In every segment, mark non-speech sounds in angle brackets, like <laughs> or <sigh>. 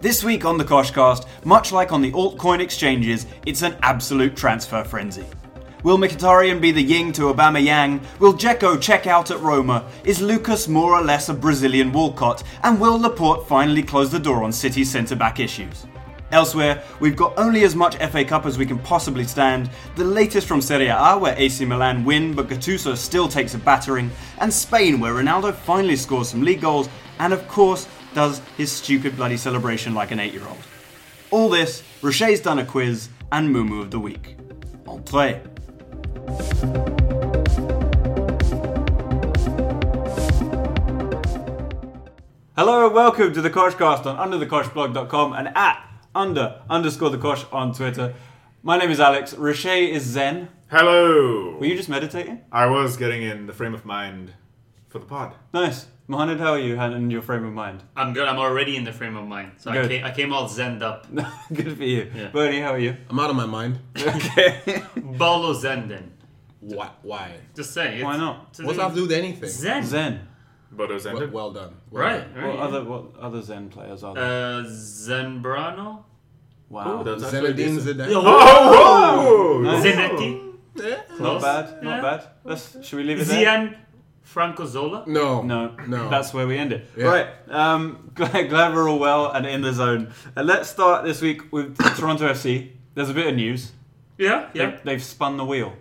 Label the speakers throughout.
Speaker 1: This week on the Koshcast, much like on the altcoin exchanges, it's an absolute transfer frenzy. Will Mkhitaryan be the yin to Obama Yang? Will Jekko check out at Roma? Is Lucas more or less a Brazilian Walcott? And will Laporte finally close the door on City's centre back issues? Elsewhere, we've got only as much FA Cup as we can possibly stand, the latest from Serie A where AC Milan win but Gattuso still takes a battering, and Spain where Ronaldo finally scores some league goals and of course does his stupid bloody celebration like an 8-year-old. All this, Rocher's done a quiz and Mumu of the week. Entree. Hello and welcome to the Koshcast on underthekoshblog.com and at under underscore the Kosh on Twitter. My name is Alex. Rocher is Zen.
Speaker 2: Hello.
Speaker 1: Were you just meditating?
Speaker 2: I was getting in the frame of mind for the pod.
Speaker 1: Nice. Mohamed, how are you and your frame of mind? <laughs>
Speaker 3: I'm good. I'm already in the frame of mind. So I
Speaker 1: Good.
Speaker 3: came, I came all zened up.
Speaker 1: Good for you. Bernie, how are you?
Speaker 4: I'm out of my mind.
Speaker 1: Okay.
Speaker 3: Bolo Zenden.
Speaker 4: Why? why?
Speaker 3: Just saying. it's-
Speaker 1: Why not?
Speaker 3: it's-
Speaker 4: What's that have to do with anything?
Speaker 3: Zen.
Speaker 1: Zen.
Speaker 2: Bodo's
Speaker 4: Well,
Speaker 2: ended.
Speaker 4: well done. Well
Speaker 3: Right.
Speaker 4: done.
Speaker 3: right.
Speaker 1: What other what other Zen players are there?
Speaker 3: Uh, Zenbrano?
Speaker 1: wow.
Speaker 2: Ooh, that- That's actually
Speaker 4: Zinedine
Speaker 2: decent.
Speaker 4: Zidane. Eh?
Speaker 2: oh, whoa!
Speaker 3: Zenetti?
Speaker 4: Yeah.
Speaker 1: not
Speaker 3: close.
Speaker 1: bad. Not
Speaker 3: Yeah.
Speaker 1: bad. Let's, should we leave it there?
Speaker 3: Zian Francozola?
Speaker 4: No.
Speaker 1: No,
Speaker 4: No.
Speaker 1: That's where we end it.
Speaker 4: Yeah.
Speaker 1: Right. Um, <laughs> glad, glad we're all well and in the zone. And let's start this week with <coughs> Toronto FC. There's a bit of news.
Speaker 3: Yeah, yeah.
Speaker 1: They, they've spun the wheel.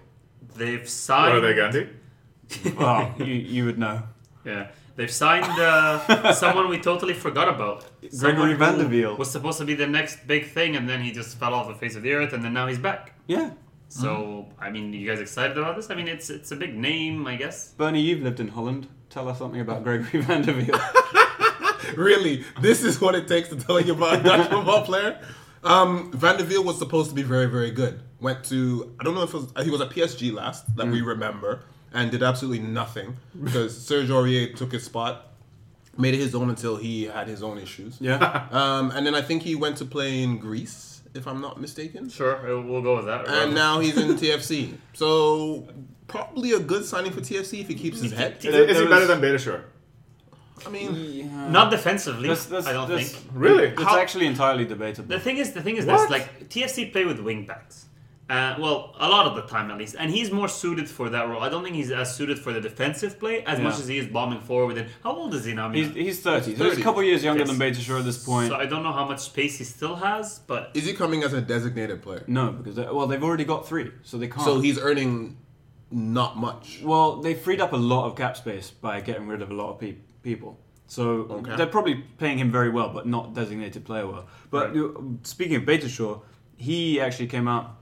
Speaker 3: They've
Speaker 2: What
Speaker 3: signed.
Speaker 2: are they, Gandhi?
Speaker 1: Well, you, you would know.
Speaker 3: Yeah. They've signed uh, someone we totally forgot about. Someone who
Speaker 1: Vanderbilt.
Speaker 3: Was supposed to be the next big thing, and then he just fell off the face of the earth, and then now he's back.
Speaker 1: Yeah.
Speaker 3: So, I mean, you guys excited about this? I mean, it's it's a big name, I guess.
Speaker 1: Bernie, you've lived in Holland. Tell us something about Gregory <laughs> Vanderbilt.
Speaker 4: Really, this is what it takes to tell you about a Dutch football player. Um, Van de Veel was supposed to be very, very good. Went to I don't know if it was, uh, he was at PSG last that we remember and did absolutely nothing because <laughs> Serge Aurier took his spot, made it his own until he had his own issues.
Speaker 1: yeah.
Speaker 4: Um, and then I think he went to play in Greece, if I'm not mistaken.
Speaker 3: Sure, we'll go with that.
Speaker 4: and now he's in TFC. So probably a good signing for TFC if he keeps his head.
Speaker 2: Is, is
Speaker 1: there
Speaker 2: he better
Speaker 1: was-
Speaker 2: than Beta Shore?
Speaker 4: I mean,
Speaker 3: Not defensively,
Speaker 1: That's- that's-
Speaker 3: I don't
Speaker 1: that's-
Speaker 3: think.
Speaker 2: Really?
Speaker 1: It's
Speaker 2: How-
Speaker 1: actually entirely debatable.
Speaker 3: The thing is, the thing is
Speaker 2: What?
Speaker 3: this: like TFC play with wing backs. Uh, well, a lot of the time at least, and he's more suited for that role. I don't think he's as suited for the defensive play as much
Speaker 1: Yeah.
Speaker 3: as he is bombing forward. And how old is he now? I mean,
Speaker 1: He's, he's 30.
Speaker 4: He's
Speaker 1: So He's a
Speaker 4: 30.
Speaker 1: couple years younger
Speaker 3: Yes.
Speaker 1: than Beta Shore at this point.
Speaker 3: so I don't know how much space he still has, but
Speaker 4: is he coming as a designated player?
Speaker 1: No, because, they, well, they've already got three, so they can't.
Speaker 4: So he's earning not much.
Speaker 1: Well, they freed up a lot of cap space by getting rid of a lot of pe- people. So
Speaker 4: Okay.
Speaker 1: they're probably paying him very well, but not designated player well. But
Speaker 3: Right.
Speaker 1: you, speaking of Betashore, he actually came out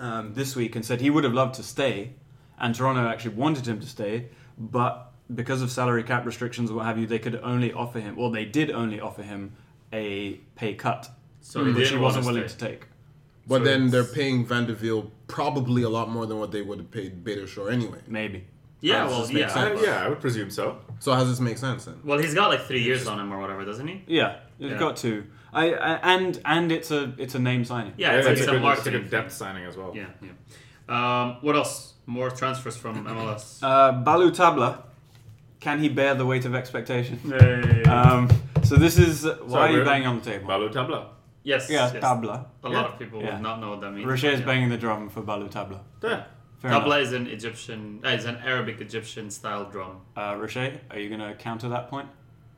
Speaker 1: um, this week and said he would have loved to stay, and Toronto actually wanted him to stay, but because of salary cap restrictions, what have you, they could only offer him, well, they did only offer him a pay cut,
Speaker 3: so he
Speaker 1: which he
Speaker 3: didn't want to
Speaker 1: Hmm, wasn't willing
Speaker 3: stay.
Speaker 1: to take.
Speaker 4: But
Speaker 3: So
Speaker 4: then
Speaker 3: it's-
Speaker 4: they're paying Van de Veel probably a lot more than what they would have paid Beta Shore anyway.
Speaker 1: Maybe.
Speaker 3: Yeah,
Speaker 4: That
Speaker 3: well,
Speaker 4: just makes
Speaker 3: yeah,
Speaker 4: sense.
Speaker 2: Uh, yeah, I would presume so.
Speaker 4: So how does this make sense then?
Speaker 3: well, he's got like three years on him or whatever, doesn't he?
Speaker 1: Yeah, it's
Speaker 3: Yeah.
Speaker 1: got to. I, I and and it's a it's a name signing.
Speaker 3: Yeah,
Speaker 2: Yeah,
Speaker 3: it's
Speaker 2: it's,
Speaker 3: like
Speaker 2: a
Speaker 3: some
Speaker 2: good, it's a
Speaker 3: marketing.
Speaker 2: good depth signing as well.
Speaker 3: Yeah, yeah. Um, what else? More transfers from MLS.
Speaker 1: Uh, Balu Tabla, can he bear the weight of expectation?
Speaker 3: Yay.
Speaker 1: Um, so this is why
Speaker 2: Sorry,
Speaker 1: are you
Speaker 2: we're-
Speaker 1: banging on the table?
Speaker 2: Balu Tabla.
Speaker 3: yes,
Speaker 1: yeah,
Speaker 3: yes.
Speaker 1: tabla.
Speaker 2: Yeah.
Speaker 3: A lot of people
Speaker 1: Yeah.
Speaker 3: would not know what that means.
Speaker 1: Rocher is
Speaker 3: Yeah.
Speaker 1: banging the drum for Balu Tabla.
Speaker 2: Yeah.
Speaker 1: Fair
Speaker 3: Tabla is an Egyptian, uh, is an Arabic Egyptian style drum.
Speaker 1: enough. Uh, Rocher, are you going to counter that point?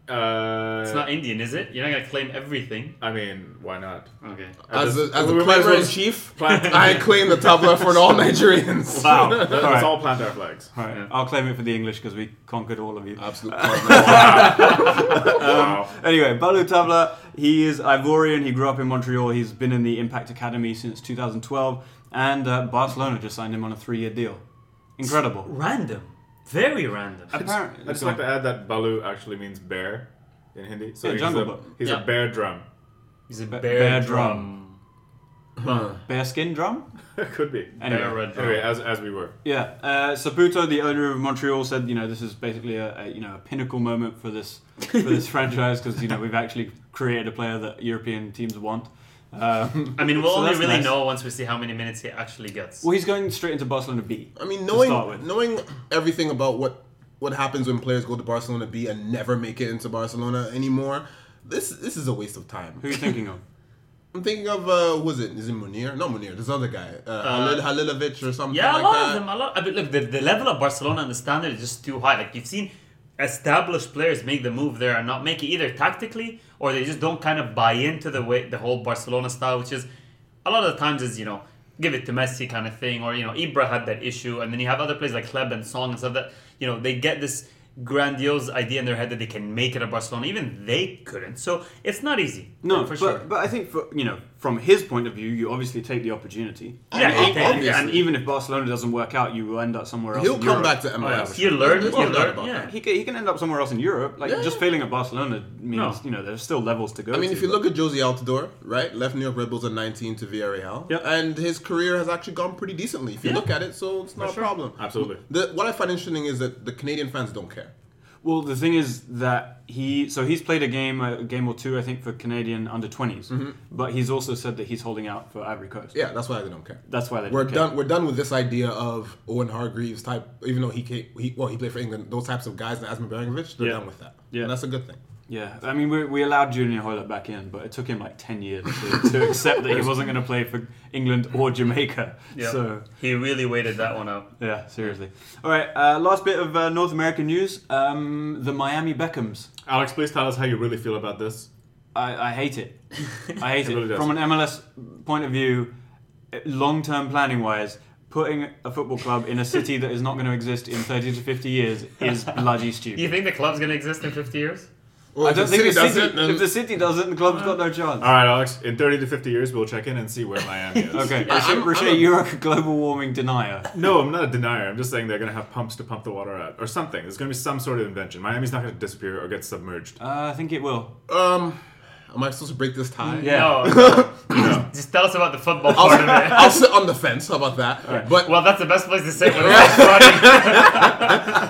Speaker 2: Uh,
Speaker 3: It's not Indian, is it? You're not gonna claim everything.
Speaker 2: I mean, why not?
Speaker 3: Okay.
Speaker 4: As a,
Speaker 2: just-
Speaker 4: as
Speaker 2: we
Speaker 4: a
Speaker 2: might as
Speaker 4: player
Speaker 2: well
Speaker 4: in chief,
Speaker 2: plant-
Speaker 4: <laughs> I claim the tabla for all Nigerians.
Speaker 1: Wow.
Speaker 2: Let's
Speaker 1: All right.
Speaker 2: all plant our flags.
Speaker 1: All right,
Speaker 3: Yeah.
Speaker 1: I'll claim it for the English because we conquered all of you.
Speaker 4: Absolutely.
Speaker 2: wow.
Speaker 1: Anyway, Balu Tabla, he is Ivorian. He grew up in Montreal. He's been in the Impact Academy since 2012, and uh, Barcelona just signed him on a three-year deal. Incredible.
Speaker 3: Random. Very random.
Speaker 1: Apparently,
Speaker 2: I just like to add that Balu actually means bear in Hindi. So
Speaker 1: Yeah,
Speaker 2: he's,
Speaker 1: Jungle
Speaker 2: a,
Speaker 1: Book.
Speaker 2: he's
Speaker 3: Yeah.
Speaker 2: a bear drum. <laughs>
Speaker 3: He's a
Speaker 1: Ba-
Speaker 3: bear,
Speaker 1: bear
Speaker 3: drum.
Speaker 1: bear skin drum.
Speaker 2: Could be.
Speaker 1: Anyway.
Speaker 3: Bear red drum.
Speaker 2: Anyway, as, as we were.
Speaker 1: Yeah, uh, Saputo, the owner of Montreal, said, you know, this is basically a, a you know a pinnacle moment for this for this <laughs> franchise because you know we've actually created a player that European teams want. Um, <laughs>
Speaker 3: I mean, we'll
Speaker 1: So
Speaker 3: only
Speaker 1: that's
Speaker 3: really
Speaker 1: nice.
Speaker 3: know once we see how many minutes he actually gets.
Speaker 1: well, he's going straight into Barcelona B.
Speaker 4: I mean,
Speaker 1: start with.
Speaker 4: knowing knowing everything about what what happens when players go to Barcelona B and never make it into Barcelona anymore, This this is a waste of time.
Speaker 1: Who are you thinking
Speaker 3: <laughs>
Speaker 1: of?
Speaker 4: I'm thinking of uh, who was it? Is it Munir? No, Munir. This other guy, uh, Halil, Halilovic or something.
Speaker 3: Yeah,
Speaker 4: like
Speaker 3: a lot
Speaker 4: that.
Speaker 3: of them. A lot. I mean, look, the, the level of Barcelona and the standard is just too high. Like you've seen established players make the move there and not make it either tactically or they just don't kind of buy into the way the whole Barcelona style, which is a lot of the times is you know give it to Messi kind of thing, or you know Ibra had that issue, and then you have other players like Kleb and Song and stuff that you know they get this grandiose idea in their head that they can make it at Barcelona. Even they couldn't. So it's not easy.
Speaker 1: No,
Speaker 3: for
Speaker 1: but,
Speaker 3: sure.
Speaker 1: but I think for you know from his point of view, you obviously take the opportunity.
Speaker 3: Yeah,
Speaker 1: And-
Speaker 3: okay,
Speaker 1: and,
Speaker 3: yeah.
Speaker 1: and even if Barcelona doesn't work out, you will end up somewhere else.
Speaker 4: He'll
Speaker 1: in
Speaker 4: come
Speaker 1: Europe. Oh,
Speaker 4: back to MLS.
Speaker 1: yeah, for
Speaker 3: you
Speaker 1: sure.
Speaker 3: learn, you
Speaker 4: Well, not
Speaker 3: learn.
Speaker 4: about
Speaker 3: Yeah.
Speaker 1: He can, he can end up somewhere else in Europe. Like
Speaker 4: Yeah.
Speaker 1: just failing at Barcelona means
Speaker 3: No.
Speaker 1: you know there's still levels to go.
Speaker 4: I mean,
Speaker 1: to,
Speaker 4: if you
Speaker 1: but-
Speaker 4: look at Josie Altidore, right, left New York Red Bulls at 19 to Villarreal,
Speaker 1: Yep.
Speaker 4: and his career has actually gone pretty decently if you look at it. So it's not a problem.
Speaker 2: Absolutely.
Speaker 4: The, what I find interesting is that the Canadian fans don't care.
Speaker 1: Well, the thing is that he so he's played a game a game or two I think for Canadian under 20s, but he's also said that he's holding out for Ivory Coast.
Speaker 4: Mm-hmm. Yeah, that's why they don't care.
Speaker 1: That's why they
Speaker 4: We're
Speaker 1: don't care.
Speaker 4: done. We're done with this idea of Owen Hargreaves type. Even though he came, he well, he played for England. Those types of guys, and Asmund Berengovic, they're
Speaker 1: Yeah.
Speaker 4: done with that.
Speaker 1: Yeah.
Speaker 4: and that's a good thing.
Speaker 1: Yeah, I mean we, we allowed Junior Hoylett back in, but it took him like 10 years to, to accept that he wasn't going to play for England or Jamaica.
Speaker 3: Yeah.
Speaker 1: So
Speaker 3: He really waited that one out.
Speaker 1: yeah, seriously. All right, uh, last bit of uh, North American news: um, the Miami Beckham's.
Speaker 2: Alex, please tell us how you really feel about this.
Speaker 1: I, I hate it. I hate it.
Speaker 2: It really does.
Speaker 1: From an MLS point of view, long term planning wise, putting a football club in a city that is not going to exist in 30 to 50 years is bloody
Speaker 3: You
Speaker 1: stupid.
Speaker 3: think the club's gonna exist in 50 years?
Speaker 4: Well,
Speaker 1: I don't think the
Speaker 4: does
Speaker 1: city,
Speaker 4: it, then-
Speaker 1: if the city doesn't, the club's got no chance.
Speaker 2: All right, Alex. In 30 to 50 years, we'll check in and see where Miami
Speaker 3: <laughs>
Speaker 2: is.
Speaker 1: Okay,
Speaker 4: I-
Speaker 1: Rasheed,
Speaker 4: I'm-
Speaker 1: Rasheed,
Speaker 4: I'm a-
Speaker 1: you're a global warming denier.
Speaker 2: No, I'm not a denier. I'm just saying they're going to have pumps to pump the water out or something. There's going to be some sort of invention. Miami's not going to disappear or get submerged.
Speaker 1: Uh, I think it will.
Speaker 4: um, am I supposed to break this tie?
Speaker 1: Yeah.
Speaker 3: No. no.
Speaker 4: <laughs>
Speaker 3: Just, just tell us about the football
Speaker 4: I'll,
Speaker 3: part of it.
Speaker 4: <laughs> I'll sit on the fence. How about that? But <laughs>
Speaker 3: Well, that's the best place to say it <laughs> without starting.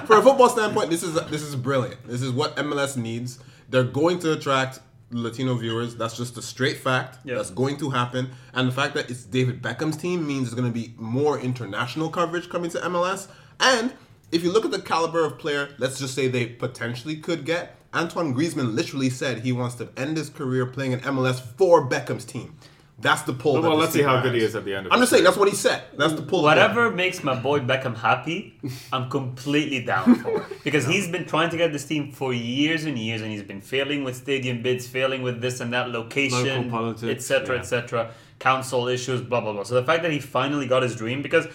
Speaker 4: from a football standpoint, this is this is brilliant. This is what MLS needs. They're going to attract Latino viewers. That's just a straight fact.
Speaker 3: Yep.
Speaker 4: That's going to happen. And the fact that it's David Beckham's team means there's going to be more international coverage coming to MLS. And if you look at the caliber of player, let's just say they potentially could get. Antoine Griezmann literally said he wants to end his career playing in MLS for Beckham's team. That's the pull. that
Speaker 2: well,
Speaker 4: this
Speaker 2: let's see
Speaker 4: team
Speaker 2: how
Speaker 4: has.
Speaker 2: good he is at the end of
Speaker 4: I'm
Speaker 2: it.
Speaker 4: just saying that's what he said. That's the pull. that they have.
Speaker 3: Whatever makes my boy Beckham happy, I'm completely down for. Because he's been trying to get this team for years and years, and he's been failing with stadium bids, failing with this and that
Speaker 1: Local
Speaker 3: location,
Speaker 1: politics,
Speaker 3: etc.,
Speaker 1: yeah.
Speaker 3: etc., council issues, blah blah blah. So the fact that he finally got his dream, because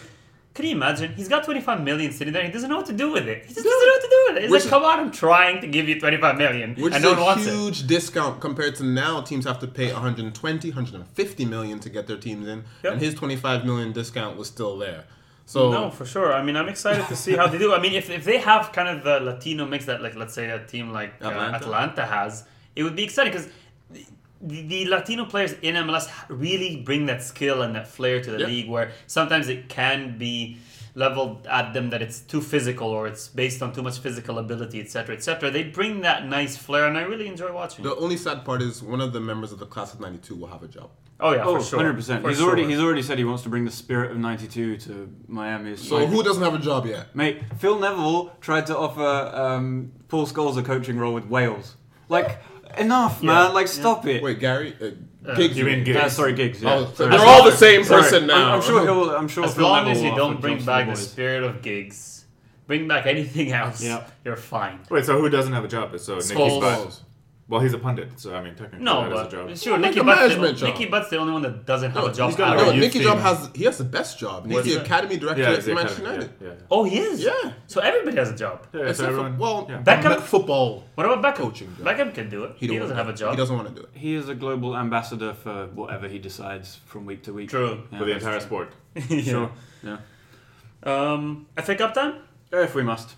Speaker 3: can you imagine? He's got 25 million sitting there. He doesn't know what to do with it. He just doesn't know what to do with it. He's
Speaker 4: Which
Speaker 3: like,
Speaker 4: is-
Speaker 3: come on, I'm trying to give you 25 million,
Speaker 4: Which
Speaker 3: and
Speaker 4: is
Speaker 3: no one
Speaker 4: a
Speaker 3: wants it.
Speaker 4: huge discount compared to now. Teams have to pay 120, 150 million to get their teams in,
Speaker 3: Yep.
Speaker 4: and his 25 million discount was still there. So
Speaker 3: No, for sure. I mean, I'm excited to see how they do. I mean, if, if they have kind of the Latino mix that, like, let's say a team like uh, Atlanta.
Speaker 4: Atlanta.
Speaker 3: has, it would be exciting because the, the Latino players in MLS really bring that skill and that flair to the
Speaker 4: Yeah.
Speaker 3: league where sometimes it can be leveled at them that it's too physical or it's based on too much physical ability, etc., etc. They bring that nice flair, and I really enjoy watching. it.
Speaker 4: the only sad part is one of the members of the class of '92 will have a job.
Speaker 3: Oh, yeah,
Speaker 1: Oh,
Speaker 3: for sure.
Speaker 1: 100%.
Speaker 3: For
Speaker 1: he's already
Speaker 3: sure.
Speaker 1: he's already said he wants to bring the spirit of 92 to Miami. It's
Speaker 4: So
Speaker 1: like-
Speaker 4: who doesn't have a job yet?
Speaker 1: Mate, Phil Neville tried to offer um, Paul Scholes a coaching role with Wales. Like, enough, man. Like, stop it.
Speaker 4: Wait, Gary, uh, Giggs.
Speaker 2: you mean Giggs?
Speaker 1: Uh, sorry, Giggs. Yeah.
Speaker 4: Oh, so
Speaker 1: Sorry.
Speaker 4: they're all the same
Speaker 1: Sorry.
Speaker 4: person now.
Speaker 1: I'm, I'm sure he'll. I'm sure
Speaker 3: As
Speaker 1: Phil
Speaker 3: long
Speaker 1: Neville
Speaker 3: as you
Speaker 1: will
Speaker 3: don't
Speaker 1: offer
Speaker 3: bring
Speaker 1: jobs
Speaker 3: back
Speaker 1: to
Speaker 3: the
Speaker 1: boys.
Speaker 3: spirit of gigs, bring back anything <laughs> else,
Speaker 1: Yeah.
Speaker 3: you're fine.
Speaker 2: Wait, so who doesn't have a job? So Nicky
Speaker 3: Scholes.
Speaker 2: Butt. Well, he's a pundit, so I mean, technically,
Speaker 3: No,
Speaker 2: that is a
Speaker 3: but
Speaker 2: job.
Speaker 3: sure,
Speaker 4: Like
Speaker 3: Nicky
Speaker 4: a
Speaker 3: Butt's, the,
Speaker 4: management job.
Speaker 3: Nicky Butt's the only one that doesn't have a job.
Speaker 4: He's got
Speaker 3: at
Speaker 4: no,
Speaker 3: all.
Speaker 2: youth
Speaker 4: Nicky job
Speaker 2: team.
Speaker 4: has he has the best job. He's the
Speaker 2: it?
Speaker 4: academy director
Speaker 2: Yeah,
Speaker 4: at
Speaker 2: he's the
Speaker 4: Manchester
Speaker 2: academy,
Speaker 4: United.
Speaker 2: Yeah, yeah.
Speaker 3: Oh, he is.
Speaker 4: Yeah.
Speaker 3: So everybody has a job.
Speaker 2: Yeah, so
Speaker 4: Except for-
Speaker 2: everyone-
Speaker 4: well,
Speaker 2: yeah.
Speaker 3: Beckham-
Speaker 4: football.
Speaker 3: What about Beckham?
Speaker 4: Coaching job.
Speaker 3: Beckham can do it. He,
Speaker 4: don't
Speaker 3: doesn't
Speaker 4: wanna
Speaker 3: have a
Speaker 4: do it.
Speaker 3: job.
Speaker 4: He doesn't want to do it.
Speaker 1: He is a global ambassador for whatever he decides from week to week.
Speaker 3: True.
Speaker 1: Yeah,
Speaker 2: For the
Speaker 1: that's
Speaker 2: entire
Speaker 1: true.
Speaker 3: <laughs>
Speaker 2: sport.
Speaker 3: Yeah.
Speaker 1: Sure. Yeah.
Speaker 3: Um, I think up time.
Speaker 1: If we must.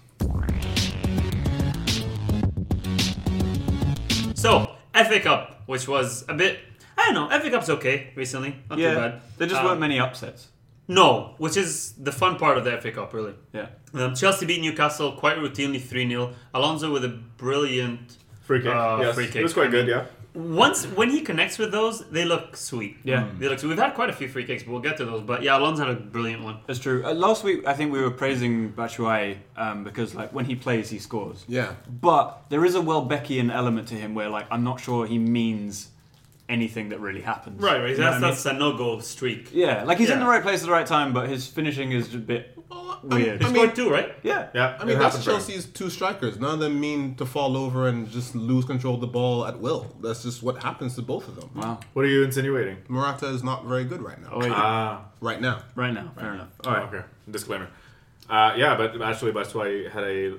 Speaker 3: So FA Cup, which was a bit. I don't know. FA Cup's okay recently. Not too
Speaker 1: Yeah.
Speaker 3: bad.
Speaker 1: There just
Speaker 3: Um,
Speaker 1: weren't many upsets.
Speaker 3: No, which is the fun part of the FA Cup, really.
Speaker 1: Yeah.
Speaker 3: Um, Chelsea beat Newcastle quite routinely 3 0. Alonso with a brilliant
Speaker 2: Free kick.
Speaker 3: Uh,
Speaker 2: yes.
Speaker 3: free kick.
Speaker 2: It was quite good, yeah.
Speaker 3: once when he connects with those, they look sweet.
Speaker 1: Yeah.
Speaker 3: they look sweet. We've had quite a few free kicks, but we'll get to those. But yeah, Alonso had a brilliant one.
Speaker 1: That's true. Uh, last week, I think we were praising Batshuayi um, because, like, when he plays, he scores.
Speaker 4: Yeah.
Speaker 1: But there is a Welbeckian element to him where, like, I'm not sure he means anything that really happens.
Speaker 3: Right, right.
Speaker 1: You know
Speaker 3: That's,
Speaker 1: what I
Speaker 3: that's a no go streak.
Speaker 1: mean? Yeah, like he's in
Speaker 3: Yeah.
Speaker 1: the right place at the right time, but his finishing is a bit weird.
Speaker 3: He
Speaker 4: I mean-
Speaker 3: scored two, right?
Speaker 1: yeah.
Speaker 2: Yeah,
Speaker 4: I
Speaker 2: it
Speaker 4: mean, that's
Speaker 2: happened for him.
Speaker 4: Chelsea's two strikers. None of them mean to fall over and just lose control of the ball at will. That's just what happens to both of them.
Speaker 1: Wow.
Speaker 2: What are you insinuating?
Speaker 4: Morata is not very good right now.
Speaker 1: Oh, wait.
Speaker 2: Ah,
Speaker 4: Right now.
Speaker 1: right now, fair enough.
Speaker 2: all right. Okay. Disclaimer. Uh, yeah, but actually, that's why he had a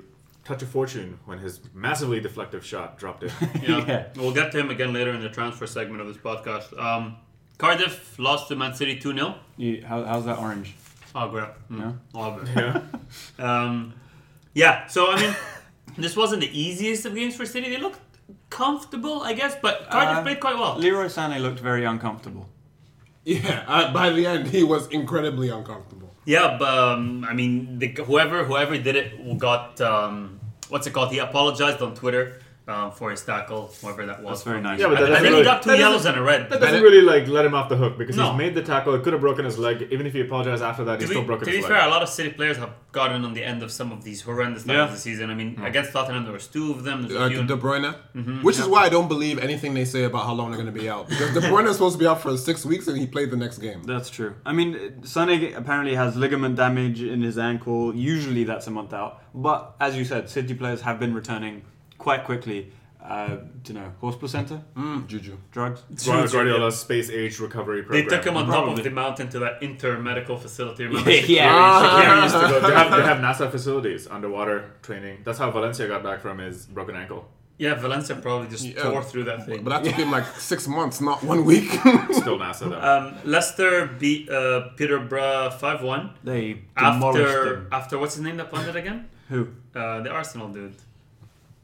Speaker 2: touch of fortune when his massively deflective shot dropped in.
Speaker 3: <laughs> Yeah.
Speaker 1: Yeah.
Speaker 3: We'll get to him again later in the transfer segment of this podcast. Um, Cardiff lost to Man City 2 0.
Speaker 1: You, how, how's that orange?
Speaker 3: Oh, great. Mm.
Speaker 2: yeah.
Speaker 3: <laughs> Um, yeah, so I mean, this wasn't the easiest of games for City. They looked comfortable, I guess, but Cardiff
Speaker 1: Uh,
Speaker 3: played quite well.
Speaker 1: Leroy Sané looked very uncomfortable.
Speaker 4: Yeah, uh, by the end, he was incredibly uncomfortable.
Speaker 3: Yeah, but um, I mean, the, whoever whoever did it got um, what's it called? He apologized on Twitter um, for his tackle, whoever that was.
Speaker 1: That's very nice.
Speaker 2: <laughs> Yeah, but that
Speaker 3: and
Speaker 2: doesn't
Speaker 3: then he
Speaker 2: really-
Speaker 3: got two
Speaker 2: that
Speaker 3: yellows
Speaker 2: doesn't-
Speaker 3: and a red.
Speaker 2: That doesn't
Speaker 4: it-
Speaker 2: really like let him off the hook because
Speaker 3: No.
Speaker 2: he's made the tackle. It could have broken his leg. Even if he apologized after that, he
Speaker 3: to
Speaker 2: still
Speaker 3: be,
Speaker 2: broke
Speaker 3: to
Speaker 2: his
Speaker 3: be
Speaker 2: leg.
Speaker 3: fair, a lot of City players have gotten on the end of some of these horrendous tackles
Speaker 1: Yeah. Hmm.
Speaker 3: this season. I mean, against Tottenham, there was two of them. There's a
Speaker 4: Uh,
Speaker 3: few in-
Speaker 4: De Bruyne, which is why I don't believe anything they say about how long they're going to be out. Because De Bruyne is supposed to be out for six weeks, and he played the next game.
Speaker 1: That's true. I mean, Sané apparently has ligament damage in his ankle. Usually that's a month out. But as you said, City players have been returning quite quickly. Uh, do you know, horse placenta?
Speaker 4: Mm, Juju.
Speaker 1: Drugs?
Speaker 2: Guardiola- Guardiola's space age recovery
Speaker 3: They
Speaker 2: program.
Speaker 3: took
Speaker 2: <laughs>
Speaker 3: him on top
Speaker 1: Probably.
Speaker 3: of the mountain to that inter medical
Speaker 1: <laughs>
Speaker 3: facility. remember?
Speaker 1: <laughs> Yeah.
Speaker 2: Shakira used to go- They have, they have NASA facilities underwater training. That's how Valencia got back from his broken ankle.
Speaker 3: <laughs> Yeah, Valencia probably just
Speaker 4: Yeah.
Speaker 3: tore through that thing.
Speaker 4: But that took him like six months, not one week.
Speaker 2: Still
Speaker 3: <laughs>
Speaker 2: NASA though.
Speaker 3: Um, Leicester beat uh, Peterborough 5 1.
Speaker 1: They demolished
Speaker 3: After,
Speaker 1: him.
Speaker 3: after what's his name that punted again?
Speaker 1: Who?
Speaker 3: Uh, the Arsenal dude.